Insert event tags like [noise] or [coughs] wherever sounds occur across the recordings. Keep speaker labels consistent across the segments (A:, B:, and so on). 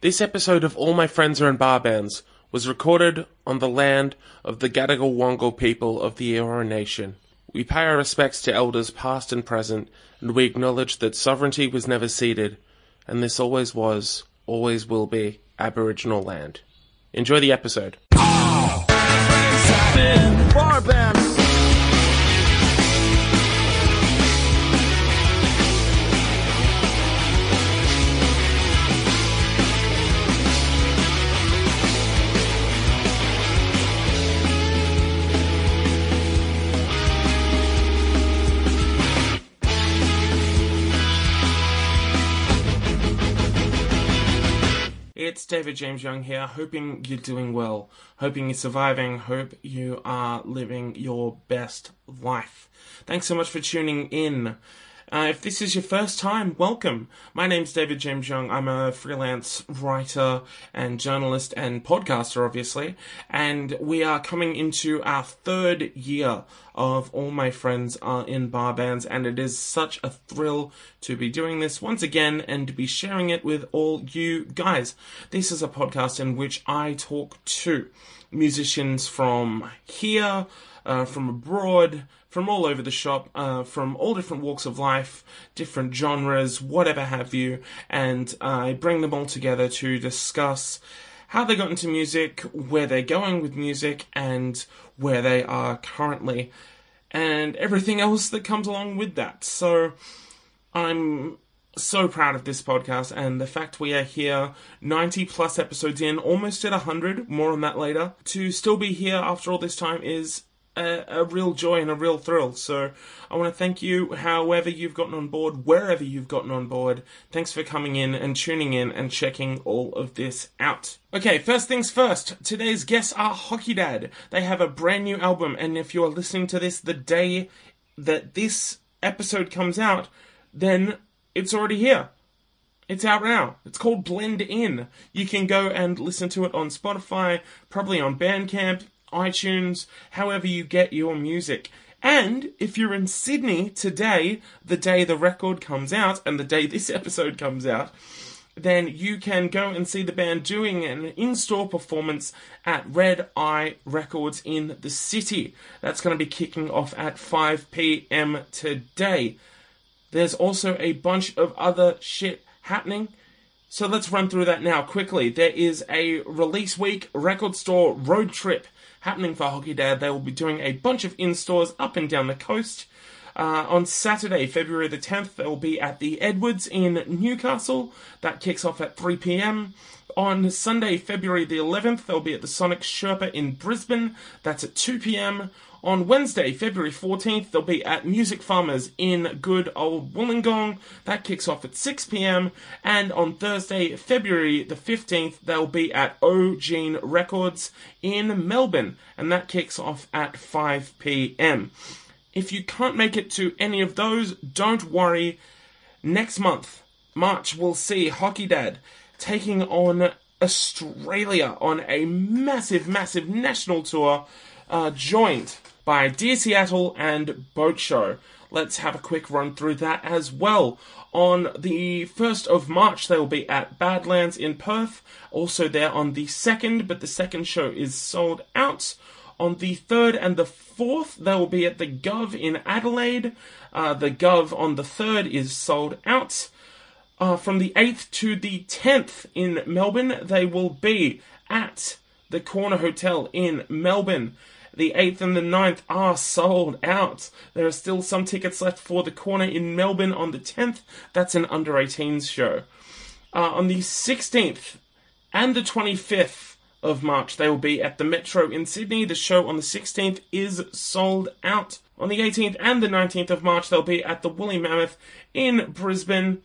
A: This episode of All My Friends Are in Bar Bands was recorded on the land of the Gadigal Wangal people of the Eora Nation. We pay our respects to elders past and present, and we acknowledge that sovereignty was never ceded, and this always was, always will be, Aboriginal land. Enjoy the episode.
B: Bar bands.
A: It's David James Young here, hoping you're doing well, hoping you're surviving, hope you are living your best life. Thanks so much for tuning in. Uh, if this is your first time, welcome. My name's David James Young. I'm a freelance writer and journalist and podcaster, obviously. And we are coming into our third year of All My Friends Are in Bar Bands. And it is such a thrill to be doing this once again and to be sharing it with all you guys. This is a podcast in which I talk to musicians from here, uh, from abroad, from all over the shop, uh, from all different walks of life, different genres, whatever have you, and I bring them all together to discuss how they got into music, where they're going with music, and where they are currently, and everything else that comes along with that. So I'm so proud of this podcast and the fact we are here 90 plus episodes in, almost at 100, more on that later. To still be here after all this time is a, a real joy and a real thrill. So I want to thank you, however you've gotten on board, wherever you've gotten on board. Thanks for coming in and tuning in and checking all of this out. Okay, first things first. Today's guests are Hockey Dad. They have a brand new album, and if you are listening to this the day that this episode comes out, then it's already here. It's out now. It's called Blend In. You can go and listen to it on Spotify, probably on Bandcamp, iTunes, however you get your music. And if you're in Sydney today, the day the record comes out and the day this [laughs] episode comes out, then you can go and see the band doing an in store performance at Red Eye Records in the city. That's going to be kicking off at 5 pm today. There's also a bunch of other shit happening. So let's run through that now quickly. There is a release week record store road trip happening for Hockey Dad. They will be doing a bunch of in stores up and down the coast. Uh, on Saturday, February the 10th, they'll be at the Edwards in Newcastle. That kicks off at 3 pm. On Sunday, February the 11th, they'll be at the Sonic Sherpa in Brisbane. That's at 2 pm. On Wednesday, February 14th, they'll be at Music Farmers in good old Wollongong. That kicks off at 6 pm. And on Thursday, February the 15th, they'll be at O'Gene Records in Melbourne. And that kicks off at 5 pm. If you can't make it to any of those, don't worry. Next month, March, we'll see Hockey Dad taking on Australia on a massive, massive national tour, uh, joined by Dear Seattle and Boat Show. Let's have a quick run through that as well. On the 1st of March, they will be at Badlands in Perth. Also, there on the 2nd, but the second show is sold out. On the 3rd and the 4th, they will be at the Gov in Adelaide. Uh, the Gov on the 3rd is sold out. Uh, from the 8th to the 10th in Melbourne, they will be at the Corner Hotel in Melbourne. The 8th and the 9th are sold out. There are still some tickets left for the Corner in Melbourne on the 10th. That's an under 18s show. Uh, on the 16th, and the 25th of March. They will be at the Metro in Sydney. The show on the 16th is sold out. On the 18th and the 19th of March, they'll be at the Woolly Mammoth in Brisbane.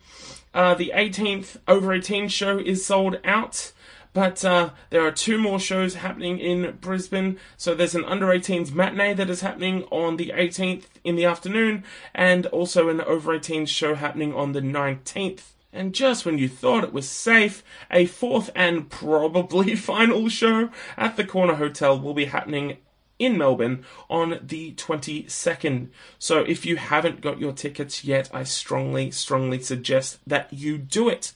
A: Uh, the 18th over 18 show is sold out. But uh, there are two more shows happening in Brisbane. So there's an under 18s matinee that is happening on the 18th in the afternoon, and also an over 18s show happening on the 19th. And just when you thought it was safe, a fourth and probably [laughs] final show at the Corner Hotel will be happening in Melbourne on the 22nd. So if you haven't got your tickets yet, I strongly, strongly suggest that you do it.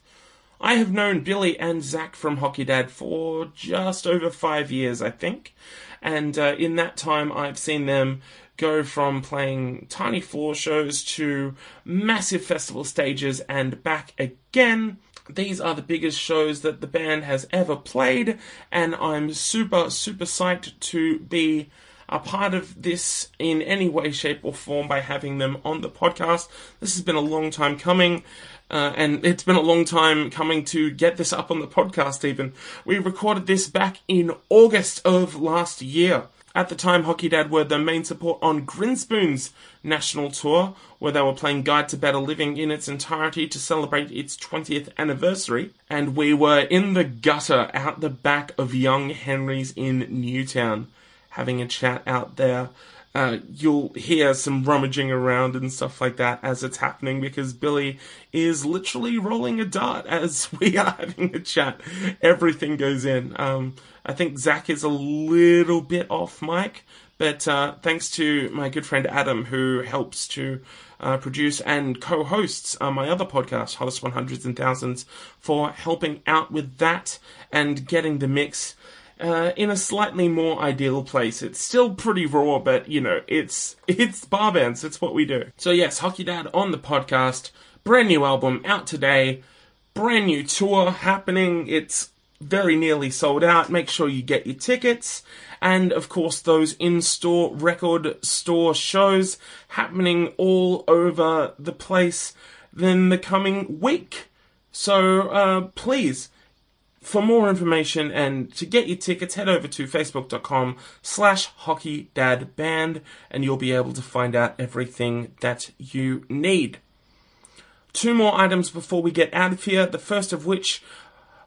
A: I have known Billy and Zach from Hockey Dad for just over five years, I think. And uh, in that time, I've seen them go from playing tiny floor shows to massive festival stages and back again. These are the biggest shows that the band has ever played, and I'm super, super psyched to be a part of this in any way, shape, or form by having them on the podcast. This has been a long time coming, uh, and it's been a long time coming to get this up on the podcast, even. We recorded this back in August of last year. At the time, Hockey Dad were the main support on Grinspoon's national tour, where they were playing Guide to Better Living in its entirety to celebrate its 20th anniversary. And we were in the gutter out the back of Young Henry's in Newtown having a chat out there. Uh, you'll hear some rummaging around and stuff like that as it's happening because Billy is literally rolling a dart [laughs] as we are having a chat. Everything goes in. Um, I think Zach is a little bit off mic, but uh, thanks to my good friend Adam, who helps to uh, produce and co hosts uh, my other podcast, Hottest 100s and Thousands, for helping out with that and getting the mix uh, in a slightly more ideal place. It's still pretty raw, but you know, it's [laughs] it's bar bands. It's what we do. So yes, Hockey Dad on the podcast. Brand new album out today. Brand new tour happening. It's very nearly sold out. Make sure you get your tickets. And of course, those in store record store shows happening all over the place in the coming week. So uh, please for more information and to get your tickets, head over to facebook.com slash hockeydadband and you'll be able to find out everything that you need. Two more items before we get out of here. The first of which,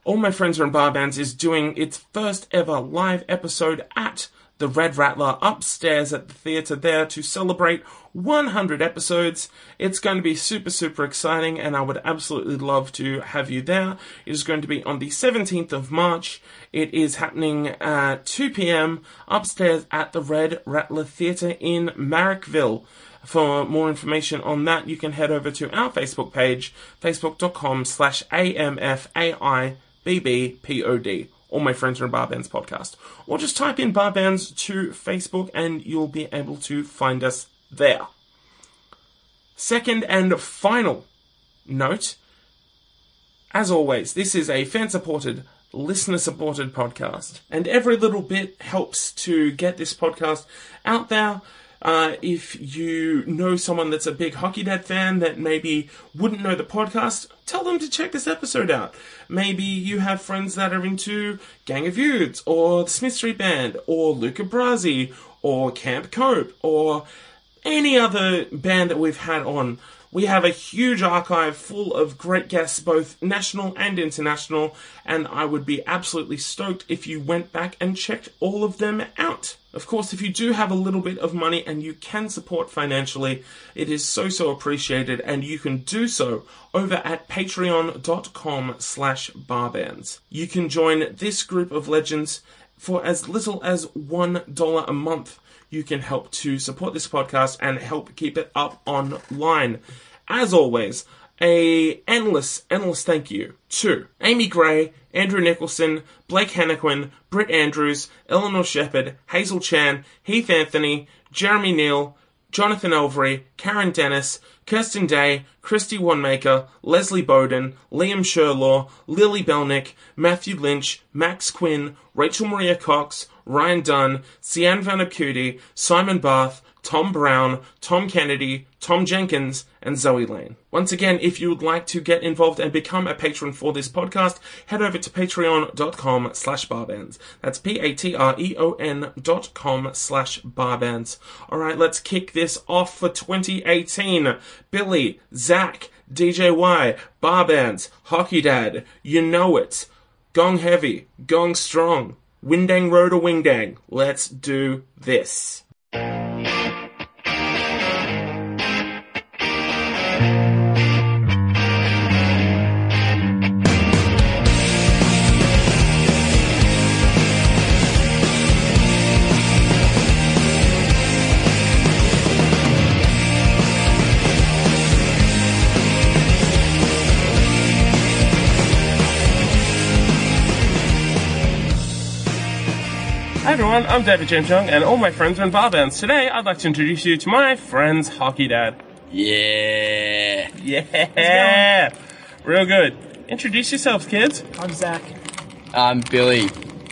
A: All My Friends Are in Bar Bands is doing its first ever live episode at the Red Rattler upstairs at the theatre there to celebrate 100 episodes. It's going to be super, super exciting, and I would absolutely love to have you there. It is going to be on the 17th of March. It is happening at 2 pm upstairs at the Red Rattler Theatre in Marrickville. For more information on that, you can head over to our Facebook page, facebook.com slash AMFAIBBPOD or my friends are in bar bands podcast or just type in bar bands to facebook and you'll be able to find us there second and final note as always this is a fan supported listener supported podcast and every little bit helps to get this podcast out there uh, if you know someone that's a big Hockey Dad fan that maybe wouldn't know the podcast, tell them to check this episode out. Maybe you have friends that are into Gang of Youths or the Smith Street Band or Luca Brasi or Camp Cope or any other band that we've had on. We have a huge archive full of great guests, both national and international, and I would be absolutely stoked if you went back and checked all of them out. Of course, if you do have a little bit of money and you can support financially, it is so, so appreciated, and you can do so over at patreon.com slash barbands. You can join this group of legends for as little as $1 a month you can help to support this podcast and help keep it up online. As always, a endless, endless thank you to Amy Gray, Andrew Nicholson, Blake Hannequin, Britt Andrews, Eleanor Shepherd, Hazel Chan, Heath Anthony, Jeremy Neal, Jonathan Elvery, Karen Dennis, Kirsten Day, Christy Wanmaker, Leslie Bowden, Liam Sherlaw, Lily Belnick, Matthew Lynch, Max Quinn, Rachel Maria Cox, Ryan Dunn, Sian Vanapudi, Simon Barth, Tom Brown, Tom Kennedy, Tom Jenkins, and Zoe Lane. Once again, if you would like to get involved and become a patron for this podcast, head over to patreon.com slash barbands. That's P-A-T-R-E-O-N E dot com slash barbands. All right, let's kick this off for 2018. Billy, Zach, DJY, Barbands, Hockey Dad, you know it. Gong heavy, gong strong. Windang Road or Wingdang, let's do this. Hi everyone, I'm David James Young, and all my friends are in bar bands. Today, I'd like to introduce you to my friend's hockey dad.
B: Yeah.
A: Yeah, real good. Introduce yourselves, kids.
C: I'm Zach.
B: I'm Billy,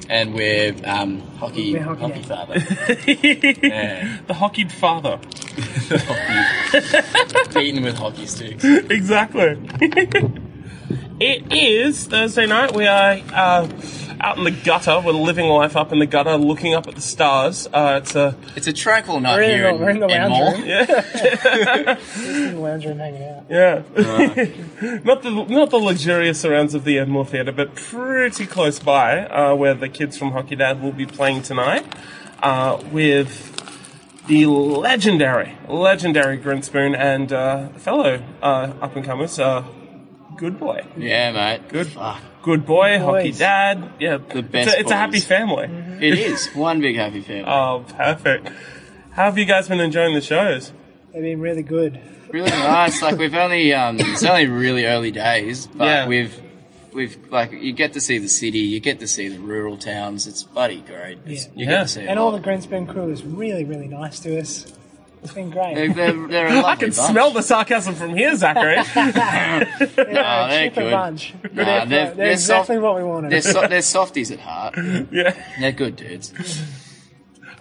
B: and we're um, hockey
C: We're hockey
B: hockey
C: dads.
B: father.
C: [laughs]
B: Yeah.
A: The hockeyed father.
B: Beaten with hockey sticks.
A: Exactly. [laughs] it is Thursday night. We are uh, out in the gutter. We're living life up in the gutter, looking up at the stars. Uh, it's a
B: It's a tranquil night
C: We're in
B: here
C: the-
B: in,
C: we're in the
B: in
C: lounge
B: Moore.
C: room.
A: yeah,
C: In the lounge room hanging out.
A: yeah. [laughs] not the not the luxurious surrounds of the Edmore Theatre, but pretty close by, uh, where the kids from Hockey Dad will be playing tonight uh, with the legendary, legendary Grinspoon and uh, fellow uh, up and comers, uh, Good Boy.
B: Yeah, mate.
A: Good.
B: Fuck.
A: Good boy, hockey
C: boys.
A: dad. Yeah, the
B: best
A: It's a, it's a happy
B: boys.
A: family.
B: It is one big happy family.
A: Oh, perfect. How have you guys been enjoying the shows?
C: They've been really good.
B: really nice. Like we've only um, it's only really early days, but
A: Yeah.
B: we've we've like you get to see the city, you get to see the rural towns. It's bloody great. It's,
C: Yeah.
B: You
A: Yeah.
B: get to see
C: And all the Grinspoon crew is really, really nice to us. It's been great. [laughs]
B: They're, they're, they're a lovely
A: I can smell the sarcasm from here, Zachary.
C: They're
B: Nah,
C: a
B: Oh, Ah, they're
C: cheaper
B: good.
C: bunch. Good
B: Nah,
C: effort.
B: they're-
C: They're,
B: they're soft-
C: exactly what we wanted. [laughs]
B: They're, so, they're softies at heart.
A: yeah.
B: They're good dudes.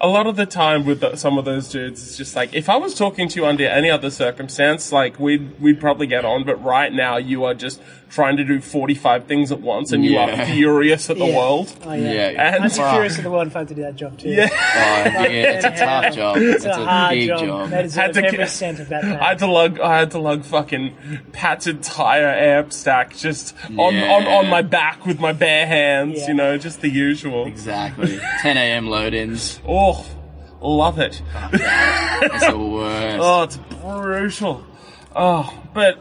A: A lot of the time with the, some of those dudes, it's just like if I was talking to you under any other circumstance, like we'd we'd probably get on. But right now, you are just trying to do forty five things at once, and you
B: Yeah.
A: are furious at the
C: Yeah.
A: world.
C: Oh,
B: Yeah,
C: yeah.
B: yeah.
A: And
C: I'd be furious at the world if I had to do that job too.
A: Yeah.
B: Oh, yeah,
C: [laughs]
B: it's a tough job. It's,
C: It's, a,
B: a,
C: hard
B: big
C: job.
B: job.
C: They
A: Had
C: deserve
A: to
C: every
A: get-
C: cent
B: [laughs]
C: of that.
A: I had to lug I had to lug fucking Pat's entire amp stack just on,
B: Yeah.
A: on, on my back with my bare hands,
C: Yeah.
A: you know, just the usual.
B: Exactly. 10 a.m. load-ins.
A: Oh, love it.
B: It's
C: [laughs]
B: the worst.
A: Oh, it's brutal. Oh, but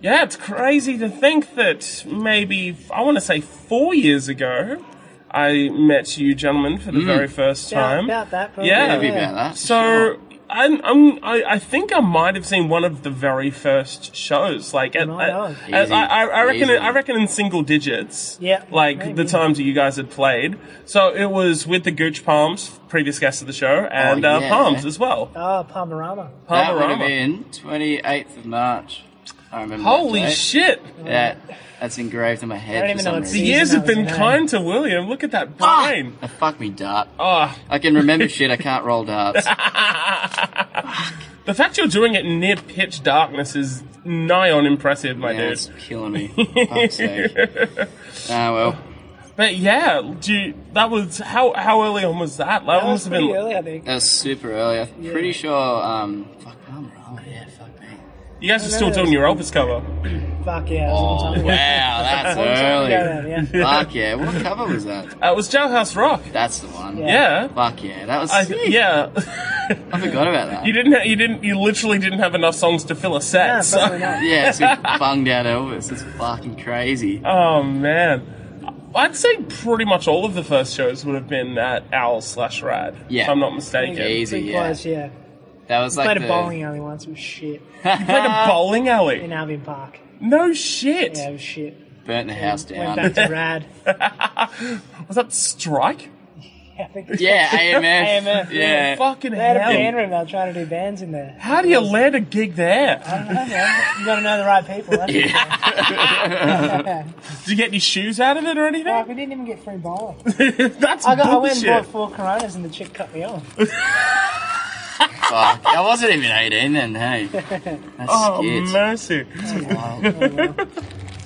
A: yeah, it's crazy to think that maybe I want to say four years ago I met you gentlemen for the
B: Mm.
A: very first
C: about,
A: time.
C: about that. Probably.
A: Yeah.
B: Happy about that.
A: So
B: sure.
A: I'm, I'm, I, I think I might have seen one of the very first shows. Like, at,
C: Might
A: at- at-
C: have.
A: I, I, I reckon,
B: Easy.
A: I reckon in single digits.
C: Yeah,
A: Like the
C: maybe.
A: times that you guys had played. So it was with the Gooch Palms, previous guest of the show, and uh,
B: yeah.
A: Palms as well.
C: Oh, Palmerama.
B: Oh, that would have
A: Palmerama.
B: been 28th of March. I remember.
A: Holy
B: that date.
A: shit!
B: That, that's engraved in my head.
C: I don't
B: for
C: even
B: some
C: know what
A: The
B: reason.
C: season
A: years
C: that
A: have
C: was
A: been
C: in, eh?
A: kind to William. Look at that
B: Ah!
A: brain.
B: Oh, fuck me, dart.
A: Oh,
B: I can remember shit. I can't roll
C: [laughs]
B: darts.
A: the fact you're doing it near pitch darkness is nigh on impressive, my
B: Yeah,
A: dude.
B: it's killing
C: [laughs]
B: me. Fuck's sake. Ah, well.
A: But yeah, do you, that was how how early on was that? That,
C: That
A: must
C: was
A: have
C: pretty
A: been
C: early, I think.
B: That was super early. I'm pretty sure. Um, fuck, I'm wrong. Yeah, fuck me.
A: you guys are
C: no,
A: still
C: that
A: doing
C: was-
A: your Elvis cover.
C: Fuck yeah. it was a long
B: Oh wow,
C: time
B: [laughs] that's
C: ago. [laughs] Long time ago
B: early. [laughs]
C: then, yeah.
B: Fuck yeah! What cover was that?
A: That was Jailhouse Rock.
B: That's the one.
A: Yeah.
B: Fuck yeah! That was.
A: I,
B: sick.
A: yeah, [laughs]
B: I forgot about that.
A: you didn't. Ha- you didn't. You literally didn't have enough songs to fill a set.
C: Yeah,
A: so-
C: probably not.
B: Yeah, it's just bunged out Elvis. It's fucking crazy.
A: [laughs] Oh man, I'd say pretty much all of the first shows would have been at Owl slash Rad.
B: Yeah.
A: if I'm not mistaken.
B: Yeah. Easy,
C: Pretty
B: yeah.
C: close, yeah.
B: That was like
C: Played
B: the,
C: a bowling alley once. It was shit.
A: Played a bowling alley.
C: In Albion Park.
A: No shit.
C: Yeah, it was shit.
B: burnt the house
C: Went
B: down.
C: back to Rad.
A: Was that Strike?
C: I think
B: [laughs]
C: it's
B: Yeah, AMF.
C: AMF,
B: Yeah.
A: Fucking
C: They had a band
A: hell.
C: room. They were trying to do bands in there.
A: How do you land a gig there?
C: I don't know, man. You got to know the right people.
B: [laughs]
C: That's yeah.
A: Did you get any shoes out of it or anything?
C: we didn't even get free bowling.
A: [laughs] That's
C: I, got, I went
A: bullshit.
C: and bought four Coronas and the chick cut me off.
B: Fuck. I wasn't even eighteen then. Hey. That's
A: Oh,
B: shit.
A: mercy.
B: Wow.
A: [laughs]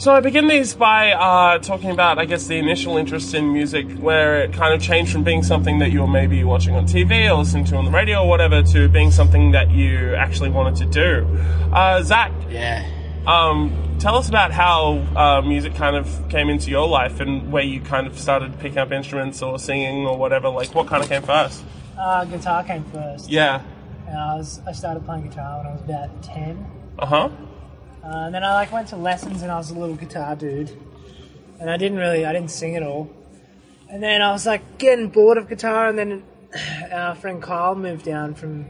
A: So I begin these by uh, talking about, I guess, the initial interest in music, where it kind of changed from being something that you were maybe watching on TV or listening to on the radio or whatever, to being something that you actually wanted to do. Uh, Zach,
B: Yeah.
A: um, tell us about how uh, music kind of came into your life and where you kind of started picking up instruments or singing or whatever. Like, what kind of came first?
C: Uh, guitar came first.
A: Yeah.
C: And I, was, I started playing guitar when I was about 10.
A: Uh huh.
C: Uh, and then I like went to lessons and I was a little guitar dude. And I didn't really, I didn't sing at all. And then I was like getting bored of guitar. And then [sighs] our friend Kyle moved down from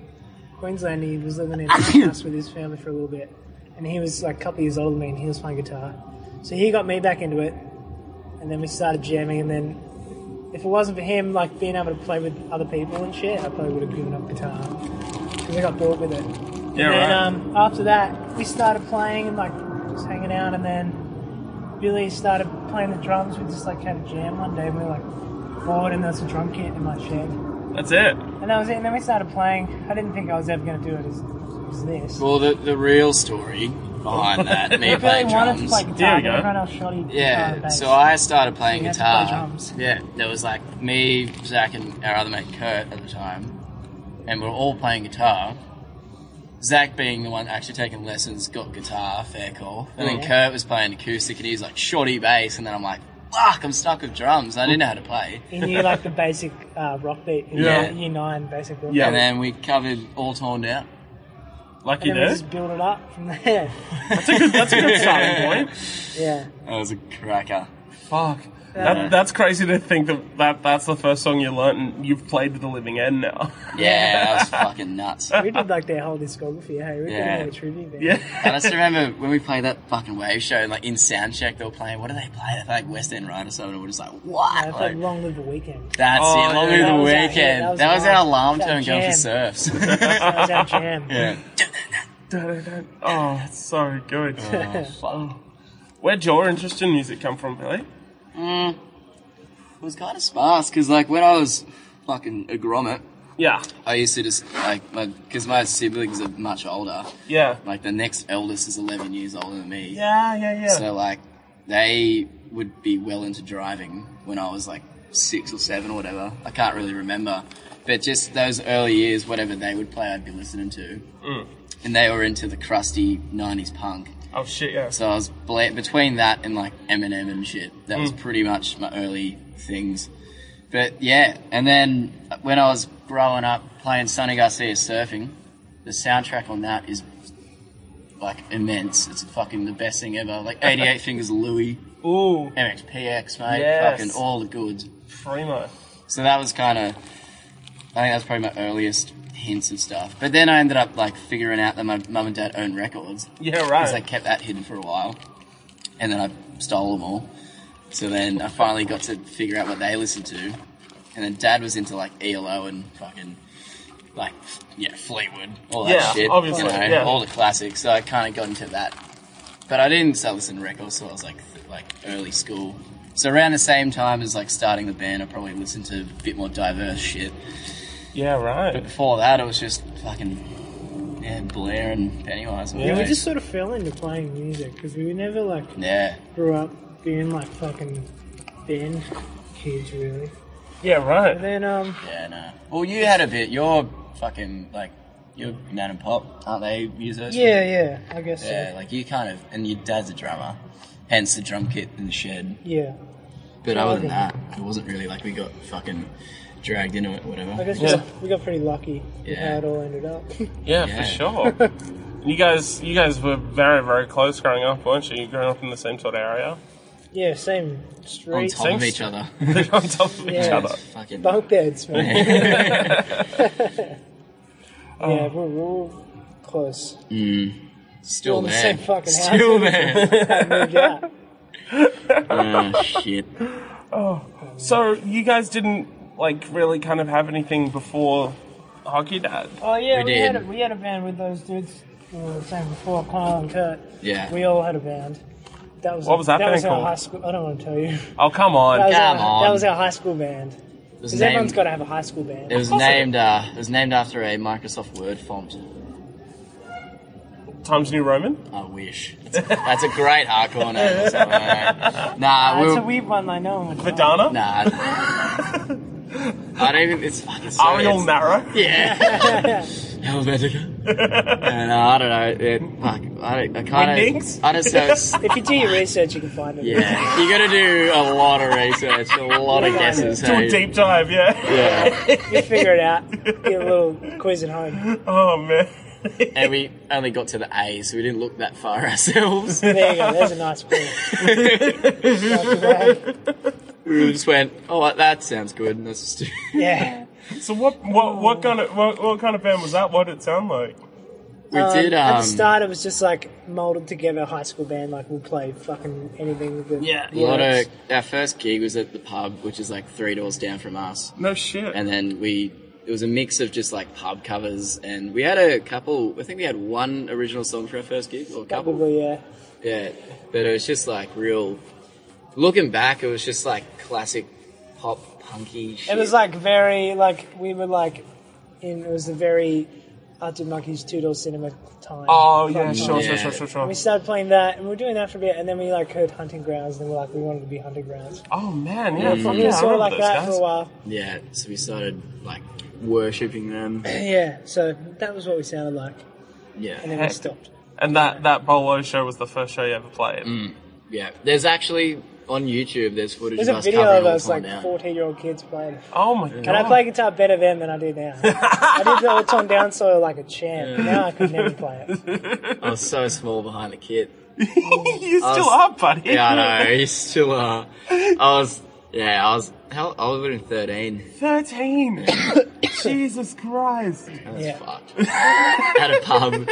C: Queensland. He was living in a house with his family for a little bit. And he was like a couple years older than me and he was playing guitar. So he got me back into it. And then we started jamming. And then if it wasn't for him, like being able to play with other people and shit, I probably would have given up guitar because I got bored with it.
B: Yeah,
C: and then
B: right.
C: um, after that, we started playing and like just hanging out, and then Billy started playing the drums. We just like had a jam one day. We were like bored, and there was a drum kit in my shed,
A: That's it.
C: and that was it. And then we started playing. I didn't think I was ever going to do it as, as this.
B: Well, the, the real story behind that, me
C: But Billy
B: playing
C: wanted to
B: drums.
C: play
A: There
C: guitar,
A: we
C: but
A: go.
C: everyone else shot him. guitar
B: Yeah,
C: and
B: so
C: bass.
B: I started playing
C: You had to play
B: guitar.
C: drums.
B: Yeah, there was like me, Zach, and our other mate Kurt at the time, and we were all playing guitar. Zach being the one actually taking lessons got guitar, fair call. And then
C: Yeah.
B: Kurt was playing acoustic, and he was like shorty bass, and then I'm like, fuck, I'm stuck with drums. I didn't know how to play.
C: He knew like the basic uh, rock beat. In
A: Yeah.
C: Year nine basic rock
A: Yeah.
B: And then we covered all torn down.
A: Lucky
C: And then we
A: there.
C: just build it up from there. [laughs]
A: [laughs] That's a good. That's a good starting point.
C: Yeah.
B: That was a cracker.
A: Fuck. That, that's crazy to think that, that that's the first song you learnt and you've played to the living end now. [laughs]
B: Yeah, that was fucking [laughs] nuts.
C: We did like their whole discography, hey? We
B: Yeah.
C: did all the trivia band.
A: yeah.
B: [laughs] And I just remember when we played that fucking wave show, and like in soundcheck, they were playing. What do they play? They played like West End Ride or something. And we're just like,
C: I
B: what?
C: played
B: Like,
C: Long Live the Weekend.
B: that's
A: Oh,
B: it. Long
A: yeah, that
B: Live the
C: was our- yeah,
B: weekend.
C: that was
B: that was
C: our-
B: our alarm
C: that
B: tone going for
C: jam.
B: surfs.
C: That was our jam.
B: [laughs] yeah.
A: Oh, it's so good.
B: Oh, fuck.
A: Where'd your interest in music come from, Billy?
B: Mm. It was kind of sparse because like when I was fucking a grommet,
A: Yeah.
B: I used to just like my because my siblings are much older.
A: Yeah.
B: Like the next eldest is 11 years older than me.
A: Yeah, yeah, yeah.
B: So like they would be well into driving when I was like six or seven or whatever. I can't really remember. But just those early years, whatever they would play, I'd be listening to. And they were into the crusty 90s punk.
A: oh shit, yeah.
B: So I was bla- between that and like Eminem and shit. That was pretty much my early things. But yeah, and then when I was growing up playing Sonny Garcia surfing, the soundtrack on that is like immense. It's fucking the best thing ever. Like 88 Fingers Louis,
A: Ooh,
B: MXPX, mate.
A: Yes.
B: Fucking all the goods.
A: primo.
B: So that was kind of, I think that's probably my earliest hints of stuff. But then I ended up like figuring out that my mum and dad owned records
A: Yeah,
B: because I
A: right.
B: kept that hidden for a while, and then I stole them all. So then I finally got to figure out what they listened to, and then Dad was into like ELO and fucking like yeah Fleetwood, all that
A: Yeah,
B: shit,
A: obviously,
B: you know,
A: yeah.
B: all the classics. So I kind of got into that, but I didn't start listening to records till I was like th- like early school. So around the same time as like starting the band, I probably listened to a bit more diverse shit.
A: Yeah, right.
B: Before that, it was just fucking yeah Blair and Pennywise.
A: Yeah.
C: Yeah, we
B: mate.
C: just sort of fell into playing music because we never like
B: yeah.
C: grew up being like fucking band kids, really.
A: Yeah, right.
C: And then, um,
B: Yeah, no. Well, you had a bit. You're fucking like you're nan and pop, aren't they? Musicians.
C: yeah, yeah, I guess
B: Yeah,
C: so.
B: like you kind of, and your dad's a drummer, hence the drum kit in the shed.
C: Yeah.
B: But other than that, it wasn't really like we got fucking dragged into it,
C: I
B: whatever.
C: guess
A: Yeah.
C: we, got, we got pretty lucky with
B: Yeah.
C: how it all ended up. [laughs]
A: Yeah,
B: Yeah.
A: for sure. you guys, you guys were very, very close growing up, weren't you? You growing up in the same sort of area, [laughs]
C: yeah, same
B: On
C: street,
B: top of
A: Six.
B: each other.
C: [laughs]
A: on top of each
C: Yeah.
A: other.
B: fucking. [laughs]
C: [laughs] bunk beds, man.
A: Oh.
C: Yeah, we're, we're all close.
B: Mm. Still
C: All in the
B: there.
C: same fucking house.
B: Still there.
C: I moved
B: [laughs]
C: out.
B: oh shit.
A: [laughs] So you guys didn't like really kind of have anything before Hockey Dad.
C: Oh yeah,
B: We
C: we, had a,
B: did.
C: we had a band with those dudes. We were the same before, Kyle and Kurt.
B: Yeah.
C: We all had a band. That was
A: What was that
C: that
A: band
C: was our
A: called?
C: high school. I don't want to tell you.
A: Oh come
C: That
A: on.
C: was,
B: Come
C: our,
B: on.
C: that was our high school band.
B: It was
C: Because everyone's
B: named.
C: got to have a high school band.
B: It was named. Uh, it was named after a Microsoft Word font.
A: Times New Roman.
B: I wish. That's a, that's a great hardcore name. or something, eh? Nah,
C: Uh,
B: we
C: it's a
B: were,
C: weird one. I know. one would know.
A: Vidana.
B: nah. I don't even. It's fucking. So,
A: Ariel
B: it's-
A: Narrow.
B: Yeah. Helvetica. And, uh, I don't know. It, fuck. I, don't- I kind
A: Windings?
B: of. I just know. It's,
C: If you do your research, you can find it.
B: yeah. You gotta do a lot of research, a lot of guesses.
A: Do a
B: hey?
A: deep dive. Yeah. [laughs]
B: Yeah.
C: You figure it out. Get a little quiz at home.
A: Oh man. [laughs]
B: And we only got to the A, so we didn't look that far ourselves.
C: There you go. There's a
B: [laughs]
C: nice quiz. Not bad.
B: we just went, oh, that sounds good. And that's just.
C: yeah.
A: So what what what kind of what, what kind of band was that? What did it sound like?
B: We
C: Um,
B: did. Um,
C: At the start, it was just like molded together high school band. Like we'll play fucking anything. That
A: Yeah.
B: a lot of
C: works.
B: our first gig was at the pub, which is like three doors down from us.
A: No shit.
B: and then we it was a mix of just like pub covers and we had a couple i think we had one original song for our first gig or a couple
C: Probably yeah.
B: yeah but it was just like real looking back it was just like classic pop punky shit.
C: It was like very like we were like in. It was a very Arctic Monkeys two door cinema time.
A: oh
C: Fun
A: yeah,
C: time.
A: sure,
B: Yeah.
A: sure, sure, sure,
C: And we
A: sure.
C: started playing that, and we were doing that for a bit, and then we like heard Hunting Grounds, and we were like, we wanted to be Hunting Grounds.
A: Oh man, yeah,
B: Mm.
A: fucking
C: It was
A: I
C: sort
A: remember
C: of like
A: those
C: that
A: guys.
C: for a while. [laughs]
B: yeah so we started like worshipping them
C: yeah, so that was what we sounded like, and
B: yeah
C: then we stopped.
A: And that that bolo show was the first show you ever played.
B: Mm. yeah there's actually on youtube there's footage
C: There's
B: of
C: a
B: us
C: video
B: covering
C: of
B: all
C: us
B: the time
C: like
B: now.
C: 14 year old kids playing.
A: Oh my god.
C: And I play guitar better then than I
A: [laughs]
C: do now. I did the old Tom Down solo like a champ. Now I could never play
A: [laughs]
C: it.
B: i was so small behind the kit
A: you
B: I
A: still
B: was-
A: are, buddy.
B: yeah i know [laughs] you still are i was yeah i was how i was in 13
A: [laughs]
B: [coughs]
A: Thirteen. Jesus Christ.
B: I was
C: Yeah.
B: fucked. At a pub.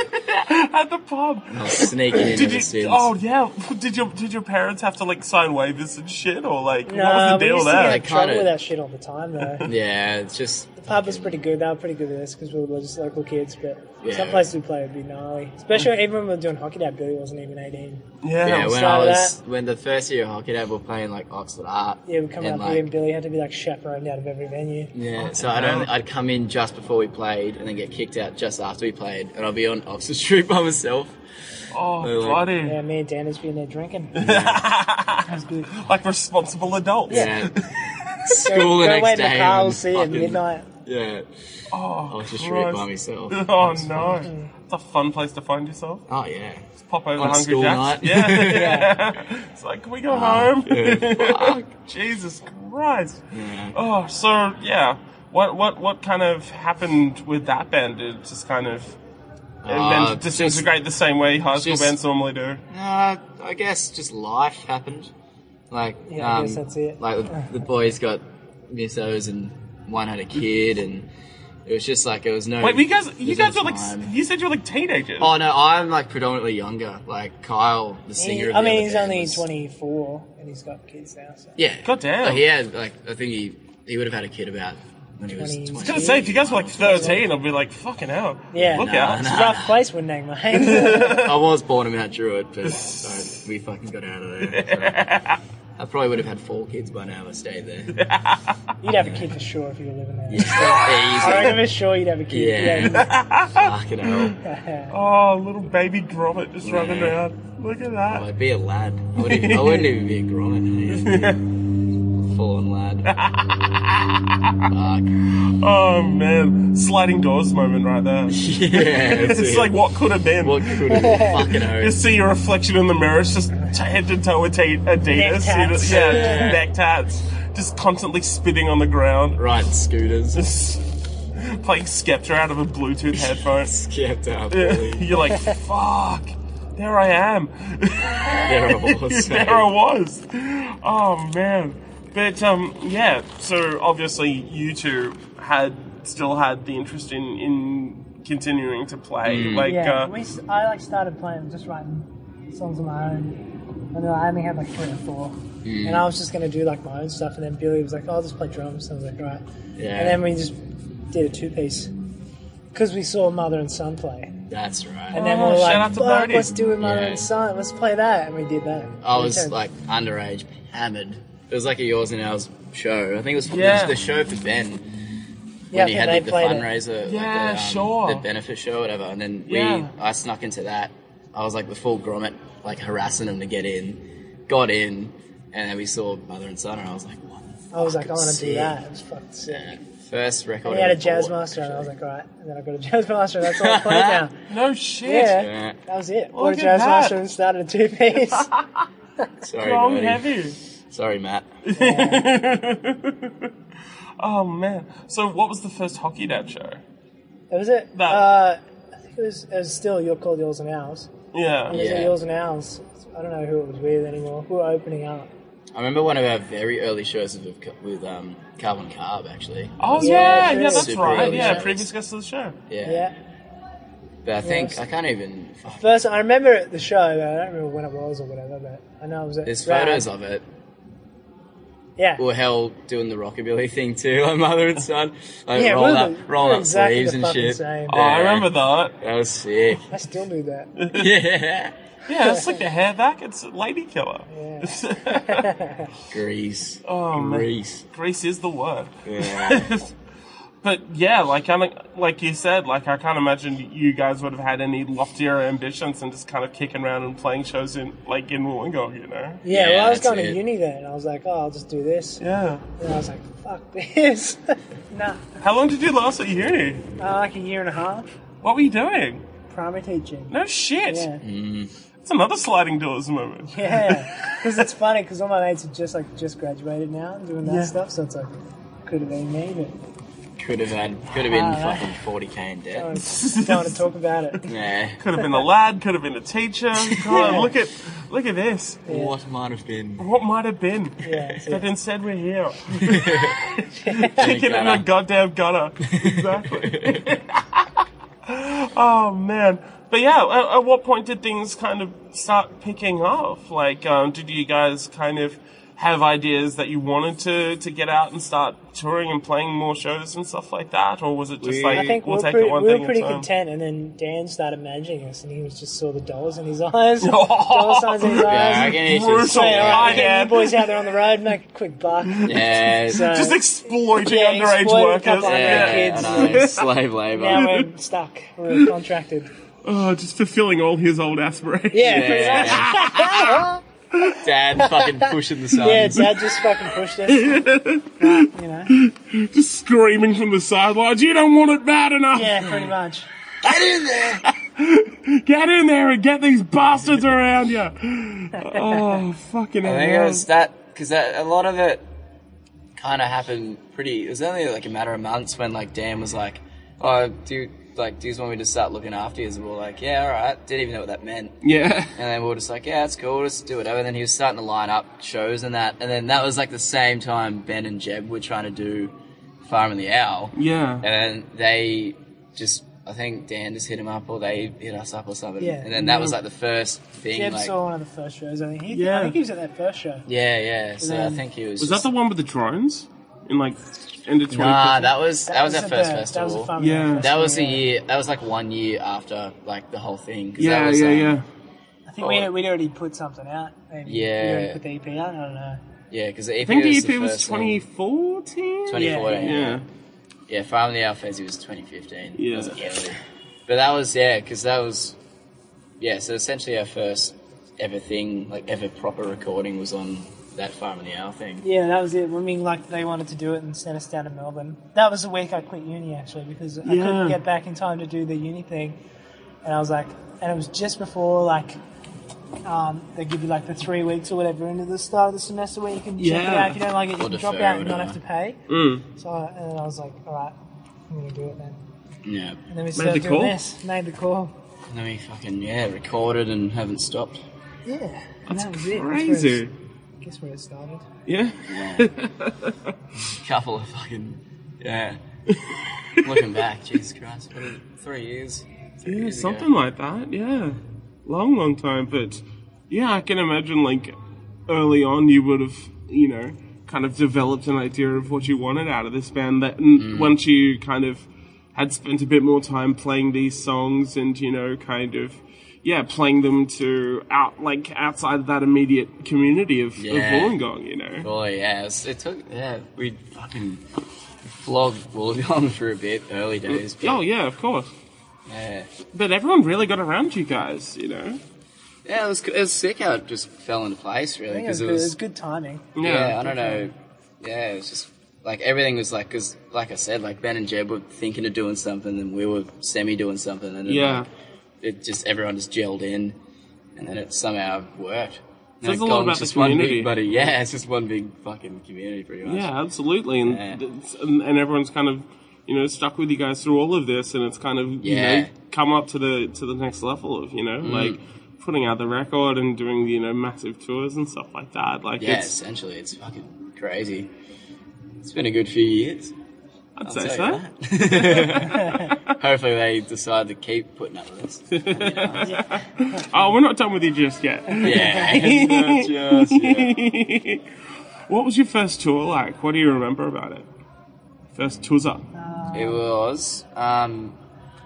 A: At the pub.
B: I was sneaking in
A: Did
B: ever
A: you?
B: since.
A: Oh yeah. Did your Did your parents have to like sign waivers and shit, or like what was
C: Nah,
A: the
C: we
A: deal
C: used to
A: there?
C: get in
B: They
C: trouble
B: kinda-
C: with that shit all the
B: [laughs]
C: time though.
B: Yeah, it's just.
C: The pub was pretty good. They were pretty good at this because we were just local kids. But
B: Yeah.
C: some places we played would be gnarly. Especially even when we were doing hockey. That Billy wasn't even 18.
A: yeah.
B: Yeah,
A: it was-
B: when
C: sorry
B: I
C: about
B: was when the first year of hockey day, we were playing like Oxford Art.
C: Yeah, we come
B: and,
C: out
B: like,
C: here and Billy had to be like chaperoned out of every venue.
B: Yeah, so I'd only, I'd come in just before we played, and then get kicked out just after we played, and I'd be on Oxford Street [laughs] by myself.
A: oh
B: like-
A: bloody.
C: Yeah, me and Dan has been there drinking. [laughs] That was good.
A: [laughs] Like responsible adults.
B: Yeah. School the
C: [laughs] go
B: next
C: away to
B: day.
C: car, we'll
B: and
C: see you at
B: fucking-
C: midnight.
B: Yeah,
A: Oh,
B: Oxford Street by
A: Christ.
B: myself.
A: [laughs] Oh no. It's a fun place to find yourself.
B: Oh yeah.
A: Pop over
B: On a
A: Hungry
B: school
A: Jacks.
B: night. [laughs]
A: Yeah. It's like, can we go home?
B: yeah, fuck.
A: [laughs] Jesus Christ.
B: Yeah.
A: Oh, so yeah. What what what kind of happened with that band? Did it just kind of
B: Uh,
A: then disintegrate the same way high school
B: just-
A: bands normally do?
B: Uh, I guess just life happened. Like,
C: Yeah, I
B: um,
C: guess that's it.
B: Like the, the boys got missos and one had a kid, and it was just like it was no.
A: Wait, you guys you
B: there's
A: guys
B: no
A: were like s-
B: time.
A: you said you were like teenagers.
B: Oh no, I'm like predominantly younger. Like Kyle, the singer.
C: He-
B: of
C: I
B: the
C: mean,
B: other
C: he's
B: band
C: only
B: was-
C: 24 and he's got kids now. So.
B: Yeah.
A: God damn.
B: Like, he had like I think he he would have had a kid about when he was
C: 20.
B: twenty.
A: I was gonna say if you guys were like thirteen, I'd be like, fucking hell.
C: Yeah.
A: Look
C: Nah,
A: out.
C: It's a rough place, Windang, [laughs] mate.
B: I was born in Mount Druid, but so we fucking got out of there.
A: [laughs]
B: so. I probably would have had four kids by now if I stayed there. [laughs]
C: you'd have a kid for sure if you were living there. I
B: Yeah,
C: reckon for sure you'd have a kid.
B: Yeah.
C: Yeah.
B: fucking hell.
A: [laughs] Oh, little baby grommet just running
B: Yeah.
A: around. Look at that.
B: [laughs] I'd be a lad. I wouldn't even, I wouldn't even be a grommet. eh? Full on lad. Fuck.
A: Oh man, sliding doors moment right there. [laughs]
B: Yeah,
A: It's,
B: that's it.
A: like what could have been.
B: what could have fucking
A: You
B: hurt?
A: see your reflection in the mirror, it's just t- head to toe with t- uh, Adidas.
C: Neck
A: you know-
C: tats.
A: yeah,
B: Yeah.
A: just neck tats. Just constantly spitting on the ground. [laughs]
B: Right, scooters.
A: Just playing Skepta out of a Bluetooth headphone. [laughs]
B: Skipped out. Really.
A: You're like, fuck, there I am. [laughs]
B: There I was.
A: there I was. Oh man. But um, yeah. So obviously, you two had still had the interest in in continuing to play.
B: Mm.
A: Like,
C: yeah.
A: uh,
C: We, s- I like started playing, just writing songs on my own. And then I only had like three or four.
B: Mm.
C: And I was just going to do like my own stuff. And then Billy was like, oh, I'll just play drums. And I was like, right.
B: Yeah.
C: And then we just did a two piece. Because we saw Mother and Son play.
B: That's right.
C: And then
A: Oh,
C: we were
A: shout
C: like,
A: out to
C: fuck,
A: Birdie."
C: let's do it, Mother
B: Yeah.
C: and Son. Let's play that. And we did that.
B: I
C: We
B: was
C: turned-
B: like underage, hammered. It was like a yours and ours show. I think it was
A: Yeah.
B: the show for Ben.
C: yeah, I
B: when he
C: think
B: had
C: they
B: like, the
C: played it.
B: fundraiser, like,
A: Yeah,
B: the, um,
A: sure.
B: the benefit show, or whatever. And then we,
A: Yeah.
B: I snuck into that. I was like the full grommet, like harassing him to get in. Got in, and then we saw mother and son, and I was like, what? the
C: I was like, I
B: fuck
C: want
B: is
C: to do
B: this?
C: that. It was fucking sick.
B: Yeah. First record.
C: And he had
B: I
C: a jazz
B: bought,
C: master, and I was
B: actually.
C: like, right. And then I got a jazz master, and that's all
B: [laughs]
C: I play now.
A: no shit.
C: Yeah.
B: Yeah.
C: That was it.
A: Look
C: Bought a
A: at
C: jazz
A: that.
C: master and started a
A: [laughs]
C: two piece.
B: Sorry,
A: Strong
B: buddy.
A: heavy.
B: Sorry, Matt.
A: [laughs] oh man. So what was the first hockey dad show?
C: that was it.
A: No.
C: Uh, I think it was, it was still You're Called Yours and Ours.
A: Yeah.
C: It was
B: Yeah.
C: Yours and Ours. I don't know who it was with anymore. Who were opening up?
B: I remember one of our very early shows with with um, Carbon Carb actually.
A: Oh
C: Yeah,
A: yeah, yeah,
C: sure.
A: that's
B: Super
A: right.
B: early
A: Yeah,
B: shows.
A: previous guest of the show.
B: Yeah.
C: Yeah.
B: But I think
C: Yes.
B: I can't even. Fuck.
C: First, I remember it- the show. But I don't remember when it was or whatever, but I know it was. At
B: There's
C: Rad.
B: photos of it.
C: Yeah.
B: Or hell, doing the rockabilly thing too, [laughs] like mother and son, like
C: Yeah,
B: roll
C: we're
B: up,
C: the-
B: roll
C: we're
B: up
C: exactly
B: sleeves
C: the
B: and
C: fucking
B: shit.
C: same.
A: Oh, I
B: Yeah.
A: remember that.
B: That was sick. [laughs]
C: I still
A: [laughs]
C: do that. [laughs]
B: yeah,
A: Yeah, it's
B: [laughs]
A: like the hair back. It's Lady Killer.
B: Grease.
A: Oh, man.
B: Grease.
A: [laughs] Grease is the word. [laughs]
B: Yeah.
A: but yeah, like kind of like you said, like I can't imagine you guys would have had any loftier ambitions and just kind of kicking around and playing shows in like in Wollongong, you know?
B: Yeah,
C: Yeah, well, I was
B: that's
C: going
B: it.
C: to uni then, and I was like, oh, I'll just do this.
A: Yeah.
C: And I was like, fuck this. [laughs] nah.
A: How long did you last at uni?
C: Uh, like a year and a half,
A: What were you doing?
C: primary teaching.
A: No shit.
C: Yeah.
B: Mm.
A: It's another sliding doors moment.
C: [laughs] Yeah.
B: [laughs]
C: Because it's funny, because all my mates have just, like, just graduated now and doing that
A: Yeah.
C: stuff, so it's like, could have been me, but
B: could have been. Could have been
C: I don't know.
B: fucking forty k in
C: I
B: debt.
C: don't want to talk about
B: [laughs]
C: it.
B: Yeah.
A: Could have been a lad, could have been a
C: [laughs]
A: teacher. God, look at look at this.
B: What might
A: [laughs]
B: have been?
A: What might have been?
C: Yeah, that's
A: But
C: it.
A: instead we're here. Kicking in a
B: gutter.
A: goddamn gutter. Exactly. [laughs] oh man. But yeah, at, at what point did things kind of start picking off? Like, um, did you guys kind of have ideas that you wanted to, to get out and start touring and playing more shows and stuff like that? Or was it just
B: We-
A: like,
C: I think we
A: we'll
C: were
A: take
C: pretty,
A: it one
C: we were
A: thing
C: pretty
A: at a time?
C: content, and then Dan started managing us, and he was just saw the dollars in his [laughs] eyes, dollar signs in his
A: Yeah,
B: Yeah, I
C: eyes.
B: reckon it's
A: Brutal.
B: just-
C: Say, all right,
A: Hi,
C: we're getting
A: Dan.
C: you boys out there on the road, make a quick buck.
B: Yeah.
C: So-
A: Just exploiting
C: Yeah,
A: underage
C: exploit a
A: workers.
C: couple
B: yeah,
C: hundred kids.
B: I know, slave
C: Now
B: labor.
C: we're stuck. We're contracted.
A: [laughs] Oh, just fulfilling all his old aspirations.
C: Yeah, pretty much.
B: Yeah.
C: [laughs]
B: Dad fucking pushing the sun.
C: Yeah, Dad just fucking pushed [laughs] us. But, you know.
A: Just screaming from the sidelines, you don't want it bad enough.
C: Yeah, pretty much.
B: Get in there.
A: Get in there and get these bastards around you. Oh, fucking
B: I think it
A: hell.
B: was that because that, a lot of it kind of happened pretty. It was only like a matter of months when like Dan was like, "Oh, do you- like do you just want me to start looking after you?" And we were like, "Yeah, all right." Didn't even know what that meant.
A: Yeah.
B: And then we were just like, "Yeah, it's cool. Just do whatever." And then he was starting to line up shows and that. And then that was like the same time Ben and Jeb were trying to do Farm and the Owl.
A: Yeah.
B: And then they just, I think Dan just hit him up or they hit us up or something.
C: Yeah. Mm-hmm.
B: And then that was like the first thing.
C: Jeb
B: like,
C: saw one of the first shows, I think. He,
A: Yeah.
C: I think he was at that first show.
B: yeah, yeah. So I
C: then-
B: think he was.
A: Was
B: just-
A: that the one with the drones? In like, end of 2015?
B: Nah, that was that, was
C: at
B: our first
C: the-
B: festival.
C: That was a fun
A: Yeah.
C: one.
B: That was the year. That was like one year after like the whole thing. 'cause
A: yeah,
B: that was,
A: yeah,
B: um,
A: yeah.
C: I think we'd, we'd already put something out. Maybe. We'd
B: Yeah.
C: already put the EP out. I don't know.
B: yeah. Because the EP
A: I think
B: was
A: the
B: the
A: EP was
B: first thing.
A: 2014?
B: 2014. Yeah,
A: Yeah.
B: yeah. Finally, our Fezzi was 2015. That
A: Yeah.
B: was it, really. But that was yeah, because that was yeah. So essentially, our first ever thing, like ever proper recording, was on that Farm and the Owl thing.
C: Yeah, that was it. When we like they wanted to do it and sent us down to Melbourne. That was the week I quit uni actually because I
A: Yeah.
C: couldn't get back in time to do the uni thing, and I was like, and it was just before like. Um, they give you like the three weeks or whatever into the start of the semester where you can check it
A: Yeah.
C: out. If you don't like it, you
B: Or
C: can drop
B: defer
C: out
B: or
C: and not
B: whatever.
C: have to pay.
A: Mm.
C: So I, and then I was like, all right, I'm gonna do it then.
B: Yeah.
C: And then we started
A: the
C: doing
A: call.
C: this, made the call.
B: And then we fucking yeah recorded and haven't stopped.
C: Yeah, and that was it. That's where
A: Crazy.
C: it. Guess where it started.
A: Yeah.
B: [laughs] couple of fucking yeah. Looking back, Jesus Christ, what is it, three years? Three
A: Yeah,
B: years ago.
A: something like that. Yeah, long, long time. But yeah, I can imagine like early on you would have, you know, kind of developed an idea of what you wanted out of this band. That and
B: Mm.
A: once you kind of had spent a bit more time playing these songs and you know, kind of. Yeah, playing them to out like outside of that immediate community of,
B: Yeah.
A: of Wollongong, you know.
B: Boy, Oh, yeah, it, was- it took yeah. We fucking flogged Wollongong for a bit early days. But,
A: Oh yeah, of course.
B: yeah,
A: But everyone really got around you guys, you know.
B: yeah. It was it was sick how it just fell into place
C: I
B: really
C: think it
B: because
C: was, good.
B: it
C: it
B: was
C: was good timing.
B: yeah, I don't know. Yeah, it was just like everything was like because like I said, like Ben and Jeb were thinking of doing something, and we were semi doing something, and then,
A: Yeah.
B: like, it just everyone just gelled in, and then it somehow worked.
A: Says
B: Like,
A: a lot
B: Gong's
A: about the
B: just one
A: community.
B: big buddy. [laughs] Yeah, it's just one big fucking community, pretty much.
A: Yeah, absolutely, and,
B: Yeah.
A: it's- and and everyone's kind of you know stuck with you guys through all of this, and it's kind of you
B: Yeah. Mm.
A: know come up to the to the next level of you know like putting out the record and doing you know massive tours and stuff like that. Like
B: yeah.
A: it's
B: Essentially, it's fucking crazy. It's been a good few years.
A: I'd
B: I'll
A: say
B: tell
A: so.
B: you that. [laughs] Hopefully they decide to keep putting up
A: [laughs]
B: with us. That'd be nice.
A: Oh, we're not done with you just yet. [laughs]
B: Yeah.
A: No, just yet. what was your first tour like? What do you remember about it? First tour.
B: [laughs] It was. Um,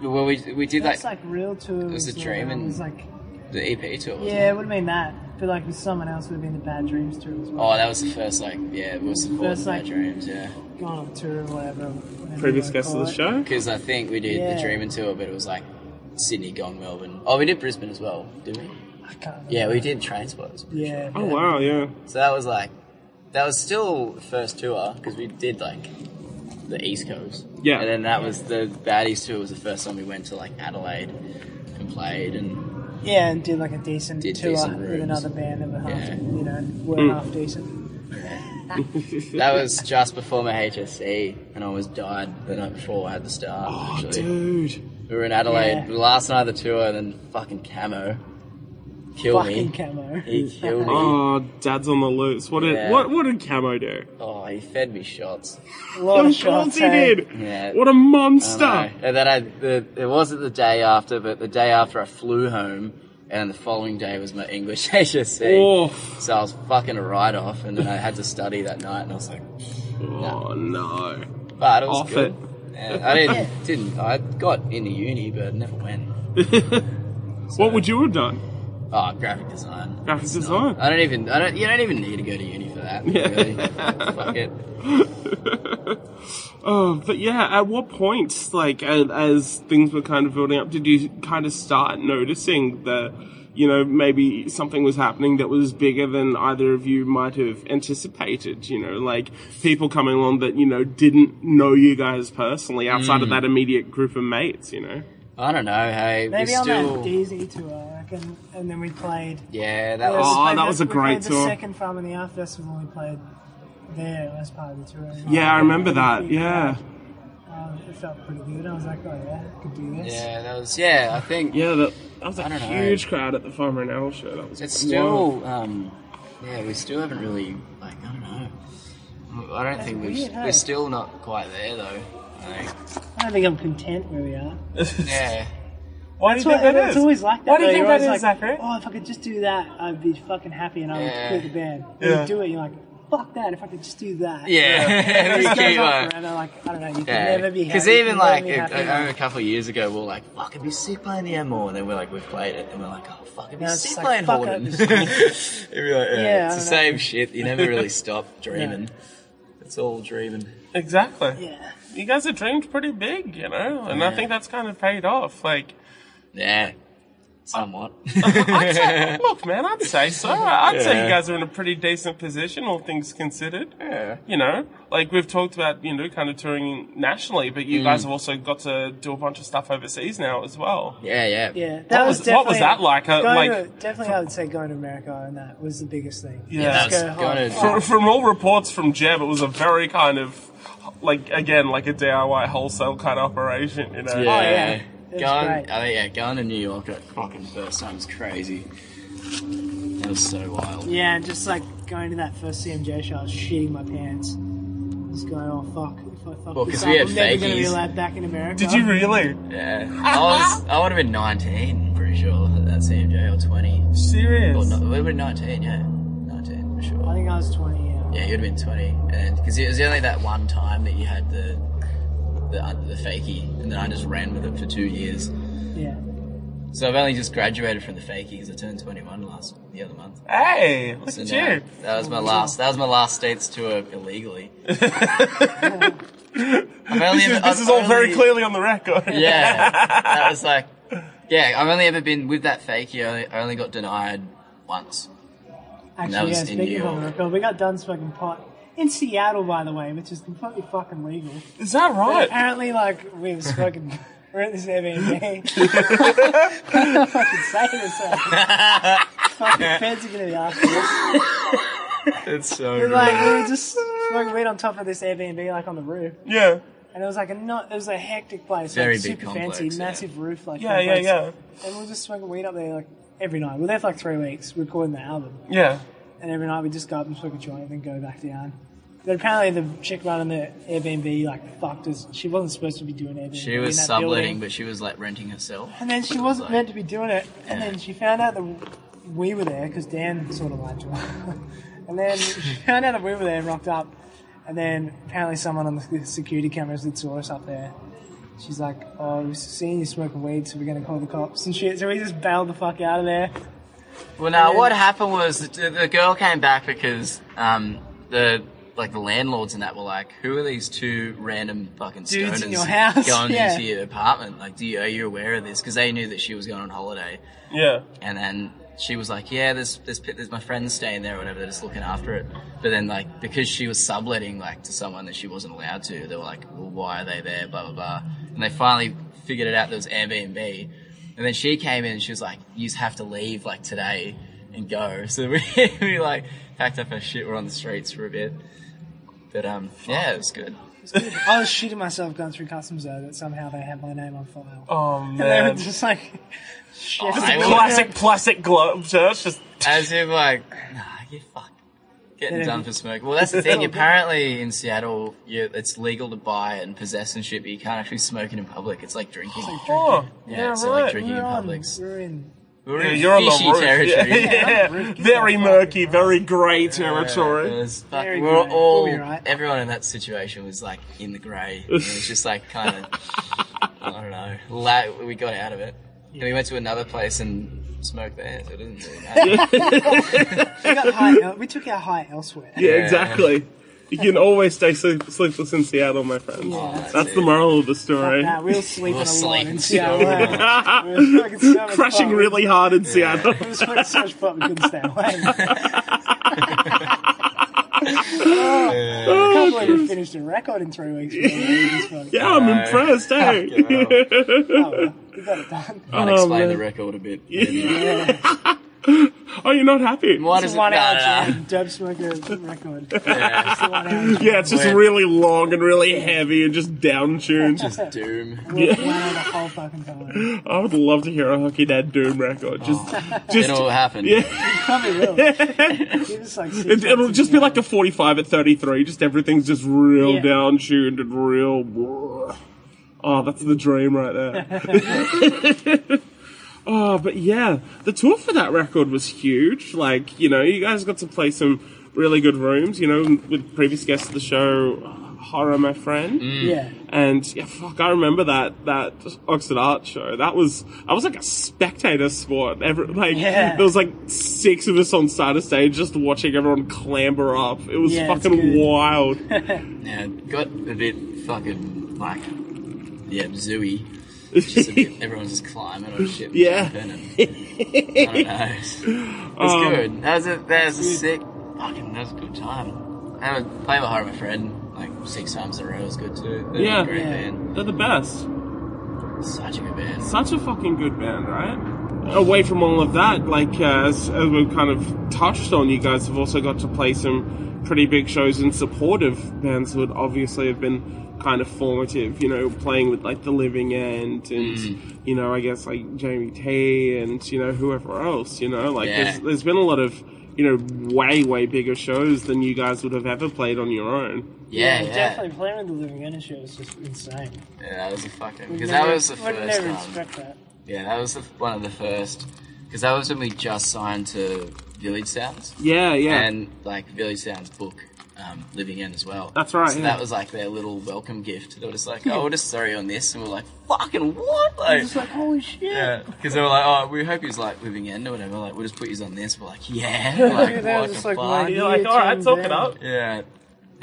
B: well, we, we did
C: That's
B: like
C: like real tours. It
B: was a dream and-
C: It was like,
B: the EP tour. wasn't
C: yeah, it would have been that. But like with someone else, would have been the Bad Dreams tour as
B: it?
C: well.
B: Oh, that was the first like yeah, we were supporting
C: First,
B: our
C: like-
B: dreams. Yeah,
C: Gone on tour or whatever. whatever you
A: Previous
C: wanna
A: guest of
C: call
A: the
C: it.
A: show.
B: because I think we did
C: Yeah.
B: the dreaming tour, but it was like Sydney gone Melbourne. Oh, we did Brisbane as well, didn't we?
C: I can't. Remember.
B: Yeah, we did train spots.
C: Yeah.
A: Oh wow, yeah.
B: So that was like that was still the first tour because we did like the East Coast.
A: Yeah.
B: and then that was the Baddies tour was the first time we went to like Adelaide and played and
C: Yeah, and did like a decent
B: Did
C: tour
B: decent
C: with
B: rooms.
C: another band that were half,
B: Yeah.
C: you know, were
A: Mm.
C: half decent.
B: that was just before my HSC and I almost died the night before I had the star.
A: [laughs] Oh,
B: actually.
A: dude.
B: We were in Adelaide
C: Yeah.
B: the last night of the tour, and then fucking Camo killed
C: Fucking
B: me.
C: camo.
B: He killed me.
A: Oh, dad's on the loose. What did
B: Yeah.
A: what what did Camo do?
B: Oh, he fed me shots.
C: A lot
A: of
C: shots,
A: course he
C: eh?
A: did.
B: Oh, Yeah.
A: What a
B: I
A: monster.
B: know. And then I, the, it wasn't the day after, but the day after I flew home, and the following day was my English [laughs] HSC.
A: Oh,
B: So I was fucking a write off, and then I had to study that night, and I was like,
A: oh no.
B: but it was
A: Off
B: good.
A: it.
B: And I didn't, didn't, I got into uni, but never went. So-
A: What would you have done?
B: Oh, graphic design.
A: Graphic
B: It's
A: design.
B: not- I don't even. I don't. You don't even need to go to uni for that. Really. Fuck it.
A: Oh, but yeah, at what point, like, as, as things were kind of building up, did you kind of start noticing that, you know, maybe something was happening that was bigger than either of you might have anticipated? You know, like people coming along that, you know, didn't know you guys personally outside
B: Mm.
A: of that immediate group of mates, you know?
B: I don't know. Hey,
C: Maybe
B: we're
C: on
B: still.
C: that Daisy tour, I reckon, and then we played.
B: yeah, that
C: we
B: was.
A: Oh,
C: played
A: that
C: the-
A: was a
C: we
A: great
C: played
A: tour.
C: The second Farm in the Art Festival, we played there as part of the tour.
A: Yeah, I remember that.
C: Big
A: Yeah.
C: crowd. Um, it felt pretty good. I was like, oh yeah, I could do this.
B: Yeah, that was. Yeah, I think
A: Yeah, that, that was
B: I
A: a
B: don't know.
A: huge crowd at the Farmer and Owl show. That was
B: it's
A: wild.
B: still. Um, yeah, we still haven't really. Like, I don't know. I don't think we've.
C: weird, hey?
B: We're still not quite there though. I think.
C: I don't think I'm content where we are.
B: Yeah.
A: Why do you
C: That's
A: think that
C: it's
A: is?
C: always like that.
A: Why do you
C: though.
A: think
C: You're
A: that
C: always
A: is,
C: like,
A: Zachary?
C: Oh, if I could just do that, I'd be fucking happy and I would
B: Yeah.
C: quit the band.
A: Yeah.
C: You do it, you're like, fuck that, if I could just do that.
B: Yeah. [laughs]
C: It
B: we
C: just goes
B: keep
C: on
B: on.
C: forever, like, I don't know, you
B: Yeah,
C: can never be happy.
B: because
C: you
B: even
C: can
B: like uh, um,
C: never be
B: a,
C: happy.
B: I remember a couple of years ago, we were like, "Fuck, it'd be sick playing the MO," and then we're like, "We've played it," and we're like, "Oh, fuck, it'd be
C: Now it's
B: sick
C: just
B: playing
C: like, fuck
B: Horden." [laughs]
C: it.
B: It'd be like, yeah,
C: Yeah,
B: it's
C: I
B: the
C: know.
B: same shit. You never
C: [laughs]
B: really stop dreaming. It's all dreaming.
A: Exactly.
C: yeah.
A: You guys have dreamed pretty big, you know? And I
B: Yeah.
A: think that's kind of paid off. Like,
B: Yeah, somewhat.
A: I'd
B: [laughs]
A: say, look, man, I'd say so. I'd say
B: Yeah.
A: you guys are in a pretty decent position, all things considered.
B: yeah.
A: You know, like we've talked about, you know, kind of touring nationally, but
B: Mm.
A: you guys have also got to do a bunch of stuff overseas now as well.
B: Yeah, yeah,
C: Yeah, that
A: What
C: was,
A: was- what was
C: definitely-
A: that like? Uh,
C: going
A: like-
C: to- definitely, I would say going to America and that was the biggest thing.
A: Yeah.
B: That was
C: Just go
B: going
C: hard.
A: From, from all reports from Jeb, it was a very kind of, like, again, like a DIY wholesale kind of operation, you know?
B: Oh, yeah.
C: yeah. It was
B: Going,
C: great.
B: I think, yeah, going to New York that fucking first time was crazy. That was so wild.
C: Yeah, and just like going to that first CMJ show, I was shitting my pants. Just going, oh fuck, if I fuck
B: Well,
C: this
B: 'cause
C: up,
B: we
C: I'm
B: had
C: never going to be
B: fakies.
C: allowed back in America.
A: Did you really?
B: Yeah, I was. I would have been 19, pretty sure, at that same day, or 20. Or
A: Serious?
B: Oh, no, it would have been 19, yeah. 19, for
C: I
B: sure.
C: think I was 20, yeah.
B: Yeah, you'd have been 20. and Because it was only that one time that you had the, the uh, the fakie, and then I just ran with it for two years.
C: Yeah.
B: So I've only just graduated from the fakie because I turned 21 last the other month.
A: Hey, look
B: So
A: at
B: now-
A: you.
B: that was my last. That was my last states tour
A: [laughs]
B: illegally. I've only
A: This is,
B: ever-
A: this
B: I've
A: is all very
B: only-
A: clearly on the record.
B: Yeah, that was like, yeah. I've only ever been with that fakie. I only, I only got denied once. that was
C: Actually, yeah,
B: in
C: speaking
B: New
C: of
B: York.
C: America, we got done smoking pot in Seattle, by the way, which is completely fucking legal.
A: [laughs] Is that
C: But
A: right?
C: apparently, like, we were smoking. [laughs] We're at
B: [laughs]
C: this Airbnb. [laughs] fucking say this. Like, fucking feds are gonna be after us.
B: It's uh, so.
C: But, like, we were just smoking weed on top of this Airbnb, like on the roof.
A: Yeah.
C: And it was like a not, it was a hectic place,
B: Very
C: like
B: big
C: super
B: complex,
C: fancy,
B: yeah.
C: massive roof, like
A: Yeah, yeah,
C: complex.
A: yeah.
C: And we were just smoking weed up there like every night. We were there for like three weeks recording the album,
A: Yeah.
C: and every night we just go up and smoke a joint and then go back down. But apparently, the chick running the Airbnb like fucked us. She wasn't supposed to be doing Airbnb.
B: She
C: in
B: was
C: that
B: subletting,
C: building.
B: but she was like renting herself.
C: and then she wasn't
B: like-
C: meant to be doing it. And
B: Yeah.
C: then she found out that we were there because Dan sort of lied to her. [laughs] and then
B: [laughs]
C: she found out that we were there and rocked up. And then apparently, someone on the security cameras that saw us up there. She's like, "Oh, we've seen you smoking weed, so we're gonna call the cops and shit." So we just bailed the fuck out of there.
B: Well, now
C: Yeah.
B: what happened was the, the girl came back because um, the like the landlords and that were like, "Who are these two random fucking
C: Dudes
B: stoners
C: in your house?" [laughs]
B: going
C: Yeah.
B: into your apartment? Like, do you are you aware of this?" Because they knew that she was going on holiday,
A: Yeah.
B: and then she was like, "Yeah, there's there's pi- there's my friends staying there or whatever. They're just looking after it." But then like because she was subletting like to someone that she wasn't allowed to, they were like, "Well, why are they there?" Blah blah blah, and they finally figured it out. There was Airbnb, and then she came in and she was like, "You just have to leave like today and go." [laughs] So we, we like packed up our shit. We're on the streets for a bit, but um, yeah, it was good.
C: I was shitting myself going through customs though that somehow they had my name on file.
A: Oh
B: [laughs]
C: And [laughs] they were
A: man.
C: just like, shit.
B: Oh, I
A: It's a
B: will-
A: classic plastic glove church.
B: [laughs]
A: Just
B: As if like, nah, you fuck. Getting
C: Yeah.
B: done for smoking. Well, that's the
C: [laughs]
B: thing. Apparently, in Seattle, you, it's legal to buy and possess and shit, but you can't actually smoke it in public. It's like drinking.
A: oh,
B: yeah,
A: yeah,
B: it's
A: right.
B: like drinking
C: We're
B: in
C: on.
B: public.
C: We're in.
B: We're
A: Yeah,
B: in
A: you're on
B: fishy
A: the roof.
B: territory.
A: [laughs] Yeah, yeah.
C: I'm roof.
A: very
C: Yeah,
A: murky,
C: fucking
A: very grey territory.
B: It was fuck-
C: Very
B: we were
C: grey.
B: all,
C: We'll be right.
B: everyone in that situation was like in
A: [laughs]
B: the grey. It was just like kind of, I don't know. La- we got out of it. And we went to another place and smoked there, so it doesn't really
A: [laughs]
B: matter.
C: We, got high el- we took our high elsewhere.
A: Yeah,
B: Yeah.
A: exactly. You can always stay sleep- sleepless in Seattle, my friends.
C: Yeah,
A: that's
B: that's
A: the
B: it.
A: moral of the story.
C: Nah, we were sleeping
B: We'll
C: a lot
B: sleep
C: in
B: in
C: Seattle.
B: Seattle.
C: weren't we? We were fucking so much
A: Crashing
C: fun.
A: really hard in Seattle.
C: It was fucking so much fun, we couldn't stay
A: [laughs]
C: away. I can't believe we finished a record in three weeks. Yeah,
A: Oh, Yeah, I'm
B: No.
A: impressed, hey?
C: we got it done.
B: Might
A: [laughs] Oh,
B: explain
A: man.
B: the record
A: [laughs]
B: a bit. maybe.
C: Yeah.
A: oh, you're not happy?
B: Why
C: It's
B: does
C: a
B: it
C: one hour
B: matter?
C: jam, Dub Smoker
A: [laughs]
C: record.
B: Yeah.
C: It's a one hour jam.
A: Yeah, it's just
B: Weird.
A: really long and really heavy and just down tuned.
B: [laughs] Doom.
C: We were one hour the whole fucking time.
A: I would love to hear a Hockey Dad Doom record. Just, just
B: It all happened.
C: Probably will. It was like
A: [laughs]
C: six
A: It, it'll
C: months
A: just be
C: ago.
A: like a 45 at 33. Just everything's just real
C: Yeah.
A: down tuned and real. Oh, that's the dream right there. oh, but yeah, the tour for that record was huge. Like, you know, you guys got to play some really good rooms, you know, with previous guests of the show, Horror My Friend.
C: Yeah.
A: And yeah, fuck, I remember that that Oxford Art show. That was I was like a spectator sport. Every, like
C: Yeah.
A: there was like six of us on center stage just watching everyone clamber up. It was
C: Yeah, it's
A: fucking
C: good. [laughs]
A: wild.
B: Yeah, it got a bit fucking like yeah, zooey. It's Just a
C: [laughs]
B: bit, everyone's just climbing on shit. and
A: Yeah.
B: jumping and- I don't know. It's
C: Oh.
A: Um,
B: good. That was a that was a sick fucking that was a good time. I would play with Heart of a Friend like six times in a row was good too. They're
A: Yeah.
B: a great
C: Yeah.
B: band.
A: They're the best.
B: Such a good band.
A: Such a fucking good band, right? Away from all of that, like uh, as, as we've kind of touched on, you guys have also got to play some pretty big shows in support of bands that would obviously have been kind of formative. You know, playing with like The Living End and you know, I guess like Jamie T and you know whoever else. You know, like
B: Yeah.
A: there's, there's been a lot of you know way way bigger shows than you guys would have ever played on your own.
B: Yeah, yeah.
C: Definitely playing with the Living End show was just insane.
B: Yeah, that was a fucking
C: We
B: because
C: never-
B: that was the
C: I'd
B: first
C: never
B: um,
C: expect that.
B: Yeah, that was the, one of the first. Because that was when we just signed to Village Sounds.
A: Yeah, yeah.
B: And, like, Village Sounds book, um, Living In as well.
A: That's right,
B: So
A: yeah.
B: that was, like, their little welcome gift. They were just like, oh, we'll just throw you on this. And we're like, fucking what? Like,
C: It's like, holy shit.
B: yeah. Because they were like, oh, we hope he's, like, Living In or whatever. Like, we'll just put you on this. We're like,
C: [laughs]
B: yeah.
C: Yeah,
B: Like,
C: they were
B: what the
C: just
B: fuck?
C: like, like-
A: You're like,
C: Yeah,
A: all right,
C: Tim
A: soak it
C: Band.
A: up.
B: yeah.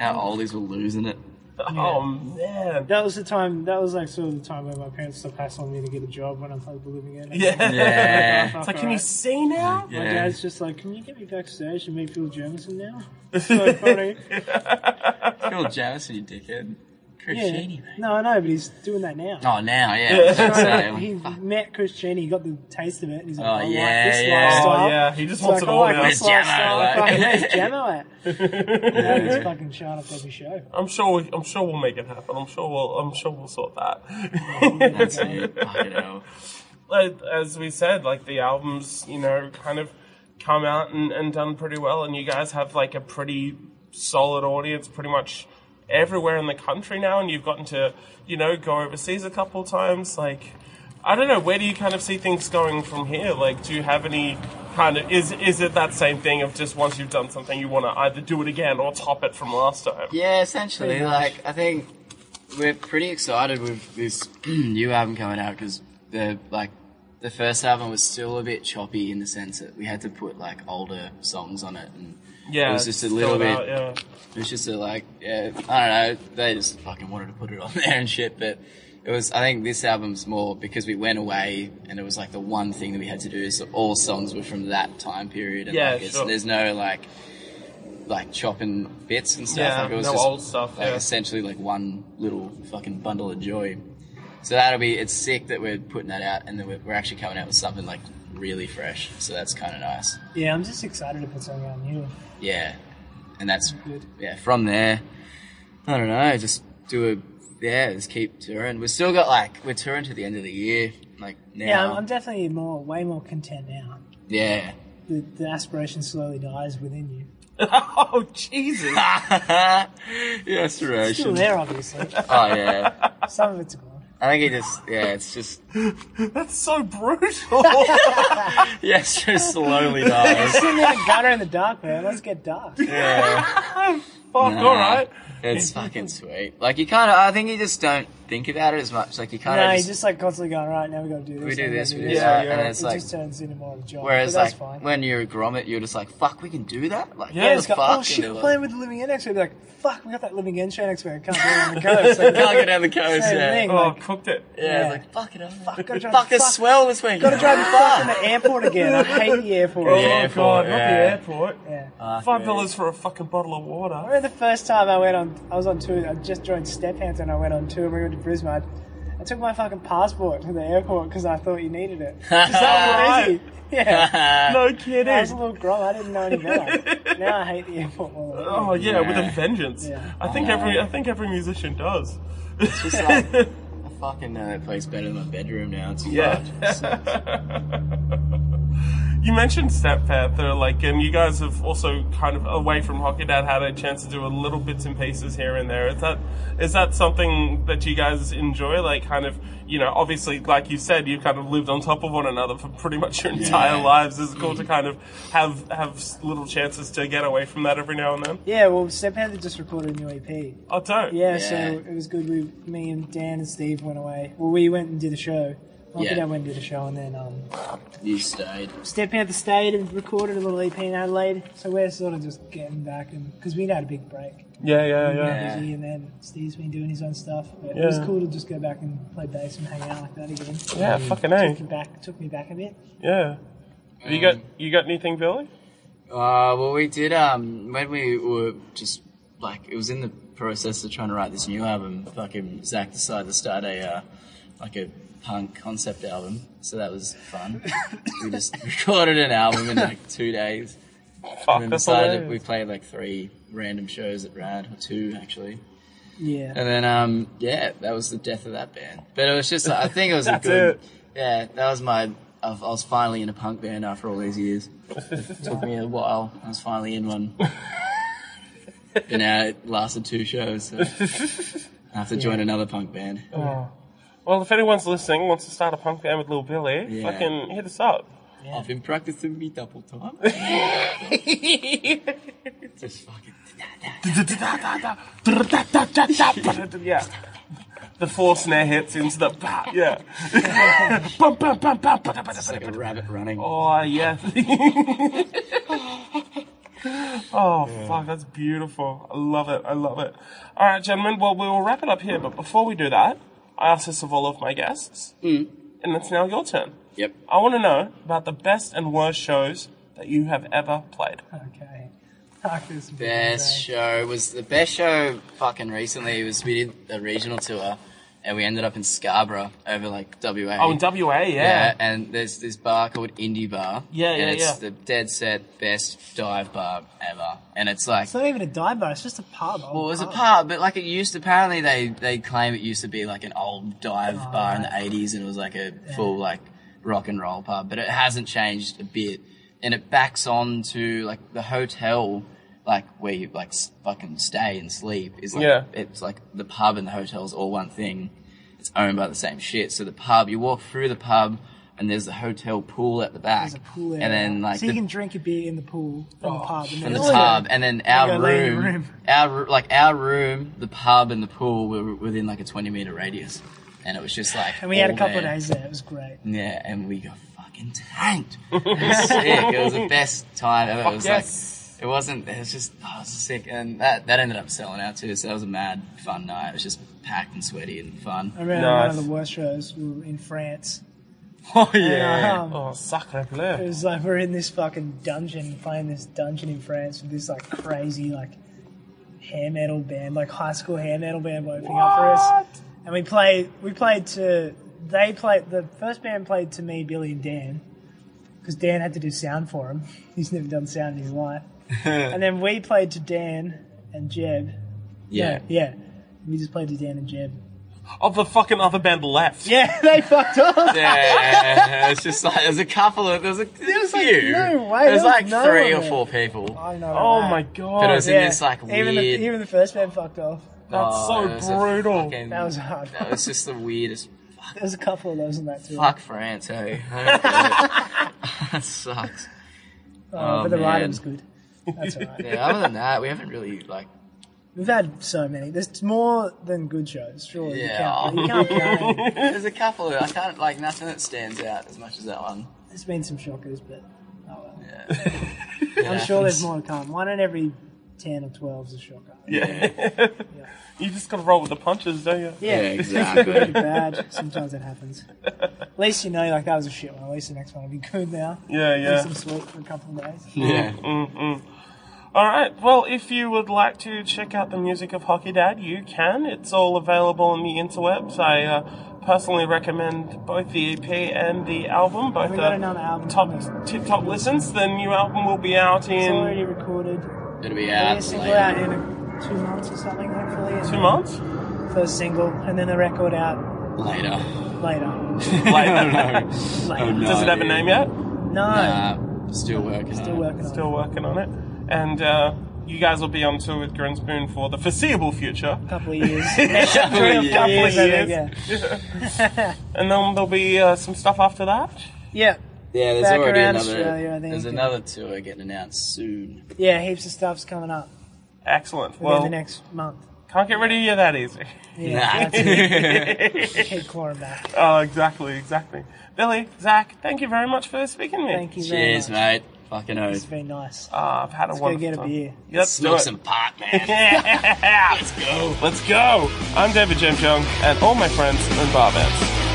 B: Our oldies were losing it.
A: Oh man.
C: That was the time. That was like sort of the time where my parents stopped hassling me to get a job when I played the living end.
A: Yeah.
B: Yeah.
A: It's like, can you see now?
C: My
B: Yeah.
C: dad's just like, can you get me backstage and meet Phil Jamison now? It's so funny.
B: [laughs] Phil Jamison, you dickhead. Chris
C: yeah.
B: Cheney, mate.
C: No, I know, but he's doing that now.
B: Oh, now,
C: [laughs]
B: yeah. So,
C: He met Chris Cheney, he got the taste of it, and he's like,
B: Oh,
C: I
B: yeah,
C: like this
B: yeah.
C: lifestyle.
A: Oh, yeah, he just
C: It's
A: wants
C: like,
A: it all
C: I
A: now.
C: like this
B: Where's Jamo
C: lifestyle.
B: at?
C: Fucking, Where's
B: [laughs]
C: Jamo at? He's fucking showing up every show.
A: I'm sure. I'm sure we'll make it happen. I'm sure we'll. I'm sure we'll sort
B: that's
A: that.
B: it.
C: [laughs]
B: Fucking hell.
A: like, as we said, like the albums, you know, kind of come out and, and done pretty well, and you guys have like a pretty solid audience pretty much everywhere in the country now, and you've gotten to, you know, go overseas a couple times. Like, I don't know, where do you kind of see things going from here? Like, do you have any kind of is is it that same thing of just once you've done something, you want to either do it again or top it from last time?
B: Yeah, essentially.
C: Pretty much.
B: Like, I think we're pretty excited with this [clears throat] new album coming out because the like the first album was still a bit choppy in the sense that we had to put like older songs on it, and
A: Yeah,
B: it was just a
A: it's
B: little
A: still
B: bit.
A: about- yeah.
B: It was just a, like yeah, I don't know. They just fucking wanted to put it on [laughs] there and shit, but. It was. I think this album's more because we went away, and it was like the one thing that we had to do. So all songs were from that time period, and
A: Yeah,
B: like, it's,
A: sure.
B: there's no like, like chopping bits and stuff.
A: Yeah,
B: like it was
A: no
B: just
A: old stuff.
B: like
A: yeah.
B: essentially like one little fucking bundle of joy. So that'll be it's sick that we're putting that out, and then we're, we're actually coming out with something like really fresh. So that's kind of nice.
C: Yeah, I'm just excited to put something out new.
B: Yeah, and that's
C: Good.
B: yeah. From there, I don't know. Just do a yeah. Just keep touring. We've still got like we're touring to the end of the year. Like now,
C: Yeah, I'm, I'm definitely more, way more content now.
B: yeah. [laughs]
C: The, the aspiration slowly dies within you.
A: [laughs] oh Jesus!
B: the
C: It's still
B: aspiration.
C: there, obviously.
B: Oh yeah.
C: Some of it's gone.
B: I think it just yeah. It's just
A: That's so brutal. [laughs]
B: yeah. It's just slowly dies.
C: [laughs] Sitting in the gutter in the dark, man. Let's get
B: [laughs]
C: dark.
B: Yeah.
A: Fuck,
B: Nah,
A: all right.
B: It's fucking sweet. Like you kind of, I think you just don't think about it as much. Like you kind of
C: No, he's
B: just,
C: just like constantly going, right, now we gotta do this.
B: we
C: now
B: do this, we do this,
A: Yeah,
B: right?
A: yeah.
B: and it's
C: it
B: like.
C: just turns into more of a job.
B: Whereas,
C: but
B: like
C: that's fine.
B: when you're a grommet, you're just like, "Fuck, we can do that." Like,
A: Yeah,
B: what
C: it's
B: the
C: like,
B: fuck?
C: oh
B: And
C: shit,
B: they're
C: we're
B: like,
C: playing with the Living End next week. Be like, fuck, we got that Living End show next week. I can't go on the
B: [laughs]
C: coast. Like,
B: Can't go down the coast.
C: Same
B: yeah.
C: thing.
A: Oh,
C: like-
A: cooked it.
B: yeah,
C: Yeah.
B: It's like fuck it up. Fuck,
C: gotta drive
B: fuck
C: the
B: a
C: fuck-
B: swell this week.
C: Gotta drive the fuck from the airport again. I hate the airport.
A: Oh
B: The airport,
A: god, not
B: yeah.
A: the airport.
C: Yeah.
B: Fuck,
A: Five
B: yeah. [laughs]
A: dollars for a fucking bottle of
C: I
A: water.
C: remember the first time I went on, I was on tour, I just joined Stephampton and I went on tour and we went to Brisbane. I- I took my fucking passport to the airport because I thought you needed it. Is that
A: right?
C: easy?
B: [laughs]
C: Yeah.
A: No kidding.
C: I was a little grum, I didn't know any better. now I hate the airport more than
A: Oh
C: anything.
A: yeah, with
B: Yeah.
A: a vengeance.
C: Yeah.
A: I think
B: Oh.
A: every I think every musician does.
B: just like-
A: [laughs]
B: I fucking know that place better than my bedroom now. It's
A: yeah.
B: fucked.
A: [laughs] you mentioned Step Panther, like, and you guys have also kind of away from Hockey Dad had a chance to do a little bits and pieces here and there. Is that is that something that you guys enjoy? Like, kind of, you know, obviously, like you said, you've kind of lived on top of one another for pretty much your entire
B: Yeah.
A: lives. It's cool to kind of have have s- little chances to get away from that every now and then.
C: Yeah, well, Stephampton just recorded a new EP.
A: I don't.
C: Yeah, so
B: Yeah.
C: it was good. We, me and Dan and Steve went away. Well, we went and did a show. Well,
B: Yeah.
C: yeah. went and did a show, and then um,
B: You stayed.
C: Step Panther stayed and recorded a little E EP in Adelaide. So we're sort of just getting back, and because we had a big break,
A: yeah, yeah.
C: We
A: yeah.
C: were
B: Yeah.
C: busy, and then Steve's been doing his own stuff. But It was
A: Yeah.
C: cool to just go back and play bass and hang out like that again.
A: Yeah, fucking A.
C: Took me back, took me back a bit.
A: Yeah. you
B: Um,
A: got you got anything, Billy?
B: Uh, well, we did. Um, when we were just like, it was in the process of trying to write this new album. Fucking Zach decided to start a uh, like a punk concept album, so that was fun. we just [laughs] recorded an album in like two days,
A: Fuck,
B: and then
A: that's
B: decided we
A: hilarious.
B: played like three random shows at Rad or two actually.
C: Yeah.
B: And then, um, yeah, that was the death of that band. But it was just, I think it was a
A: That's
B: good.
A: it.
B: Yeah, that was my. I I was finally in a punk band after all these years. It took me a while. I was finally in one. and now it lasted two shows. So I have to join another punk band.
A: Oh, Well, if anyone's listening, wants to start a punk band with Lil Billy,
B: Yeah.
A: fucking hit us up.
B: I've been practicing me double
A: [laughs]
B: time. just fucking.
A: yeah. The four snare hits into the bah, yeah. [laughs] Bum, bum, bum, bum, ba, da, ba, da,
B: It's
A: ba,
B: like
A: da,
B: a
A: ba, da.
B: rabbit running.
A: Oh yeah. [laughs] oh fuck, that's beautiful. I love it. I love it. All right, gentlemen. Well, we will wrap it up here, but before we do that, I asked this of all of my guests, and it's now your turn.
B: Yep.
A: I want to know about the best and worst shows that you have ever played.
C: Okay. Fuck this. is
B: Best
C: insane.
B: show was the best show fucking recently was we did a regional tour and we ended up in Scarborough over like WA.
A: Oh, in WA, yeah.
B: yeah, and there's this bar called Indie Bar.
A: Yeah,
B: and
A: yeah,
B: it's
A: yeah.
B: the dead set best dive bar ever. And it's like
C: It's not even a dive bar. It's just a pub.
B: well, it was a
C: oh.
B: pub, but like it used apparently they they claim it used to be like an old dive
C: Oh,
B: bar in the eighties, and it was like a full like rock and roll pub, but it hasn't changed a bit, and it backs on to like the hotel. like where you like s- fucking stay and sleep is like
A: Yeah.
B: it's like the pub and the hotel's all one thing. It's owned by the same shit. So the pub, you walk through the pub and there's the hotel pool at the back,
C: There's a pool area.
B: and then like the,
C: so
B: Oh,
C: you can drink a beer in the pool from the pub. And
B: from the
C: then-
B: pub, and then our
C: go lay in
B: room,
C: your
B: room,
C: room.
B: our ru- like our room, the pub and the pool were within like a twenty meter radius, and it was just like
C: And we had a
B: all
C: couple of
B: there.
C: days there. It was great.
B: Yeah, and we got
A: [laughs]
B: fucking tanked. It was sick. It was the best time ever. It was
A: yes.
B: like, it wasn't, it was just, oh, it was sick. And that, that ended up selling out too, so that was a mad, fun night. It was just packed and sweaty and
C: I
B: fun.
C: remember
A: Nice.
C: one of the worst shows we were in France.
B: [laughs] Oh,
C: yeah. Um,
A: Oh, sacre
C: It
A: bleu.
C: was like we're in this fucking dungeon, playing this dungeon in France with this like crazy like hair metal band, like high school hair metal band were opening up for us. And we played we played to they played the first band played to me, Billy and Dan. Because Dan had to do sound for him. [laughs] He's never done sound in
B: [laughs]
C: his life. and then we played to Dan and Jeb.
B: Yeah.
C: No, yeah. We just played to Dan and Jeb.
A: Of the fucking other band left.
C: [laughs] Yeah, [laughs] they fucked up.
B: Yeah, it's just like there's a couple of there's a there's a
C: like,
B: few.
C: no way,
B: there's
C: there was
B: like
C: no
B: three
C: one
B: or
C: there.
B: four people.
C: I know.
A: Oh
C: that.
A: my
B: But it
A: god.
B: was in this like weird.
C: Even the, even the first band fucked off.
A: That's so
B: Oh, it was a
A: brutal.
B: fucking-
C: That was hard.
B: that was just the weirdest. Fuck,
C: There's a couple of those in that too.
B: fuck France, hey.
C: [laughs]
B: [laughs] that sucks.
C: Uh,
B: Oh,
C: but the ride
B: man.
C: was good. That's
B: [laughs]
C: alright.
B: Yeah, other than that, we haven't really like.
C: We've had so many. There's more than good shows, sure.
B: Yeah.
C: You can't, you can't count any.
B: There's a couple. Of, I can't like nothing that stands out as much as that one.
C: There's been some shockers, but oh well.
B: Yeah.
C: [laughs] I'm sure there's more to come. One in every 10 or 12 is a shocker.
A: Yeah. [laughs] you just gotta roll with the punches, don't you?
B: Yeah,
C: Pretty [laughs]
B: exactly.
C: bad. Sometimes that happens. At least you know, like, that was a shit one. At least the next one will be good now.
A: Yeah,
C: At least
A: yeah.
C: I'm sweet for a couple of days.
B: yeah.
A: All right. Well, if you would like to check out the music of Hockey Dad, you can. It's all available on the interwebs. I uh, personally recommend both the EP and the album. Both uh,
C: We
A: are
C: got another album.
A: top tip top listens. The new album will be out
C: It's
A: in
C: already recorded.
B: It'll be
C: Yeah,
B: out.
C: single
B: later.
C: out in uh, two months or something, hopefully. and
A: two months.
C: First single, and then the record out [laughs]
B: later.
C: later.
B: I don't know.
C: Later.
B: Oh, no.
A: Does it have a
B: dude.
A: name yet?
C: No,
B: Nah, still working.
C: still
B: on it.
C: working on
A: Still working on it. And uh, you guys will be on tour with Grinspoon for the foreseeable future.
C: it. A [laughs] couple
B: [laughs]
C: of years.
B: Couple of years.
A: Couple of
C: Years, I think,
A: years. [laughs] And then there'll be uh, some stuff after that.
C: yeah.
B: Yeah, there's
C: Back
B: already
C: around
B: another.
C: Australia, I think,
B: there's
C: yeah.
B: another tour getting announced soon.
C: yeah, yeah, heaps of stuff's coming up
A: Excellent.
C: within
A: Well,
C: the next month.
A: can't get rid of you that
C: [laughs]
A: easy.
B: [laughs]
C: Yeah,
B: Nah.
C: that's it. Keep clawing back.
A: Oh, exactly, exactly. Billy, Zach, thank you very much for speaking to me.
C: Thank you very
B: Cheers,
C: much.
B: mate. Fucking oath.
C: It's been nice.
A: Oh, I've had a
C: Let's go
A: wonderful
C: get a
A: time.
C: beer.
A: Yeah, Let's do
B: Smoke
A: it.
B: some pot,
A: [laughs]
B: man.
A: Let's go. Let's go. I'm David Jim Jung, and all my friends in bar bands.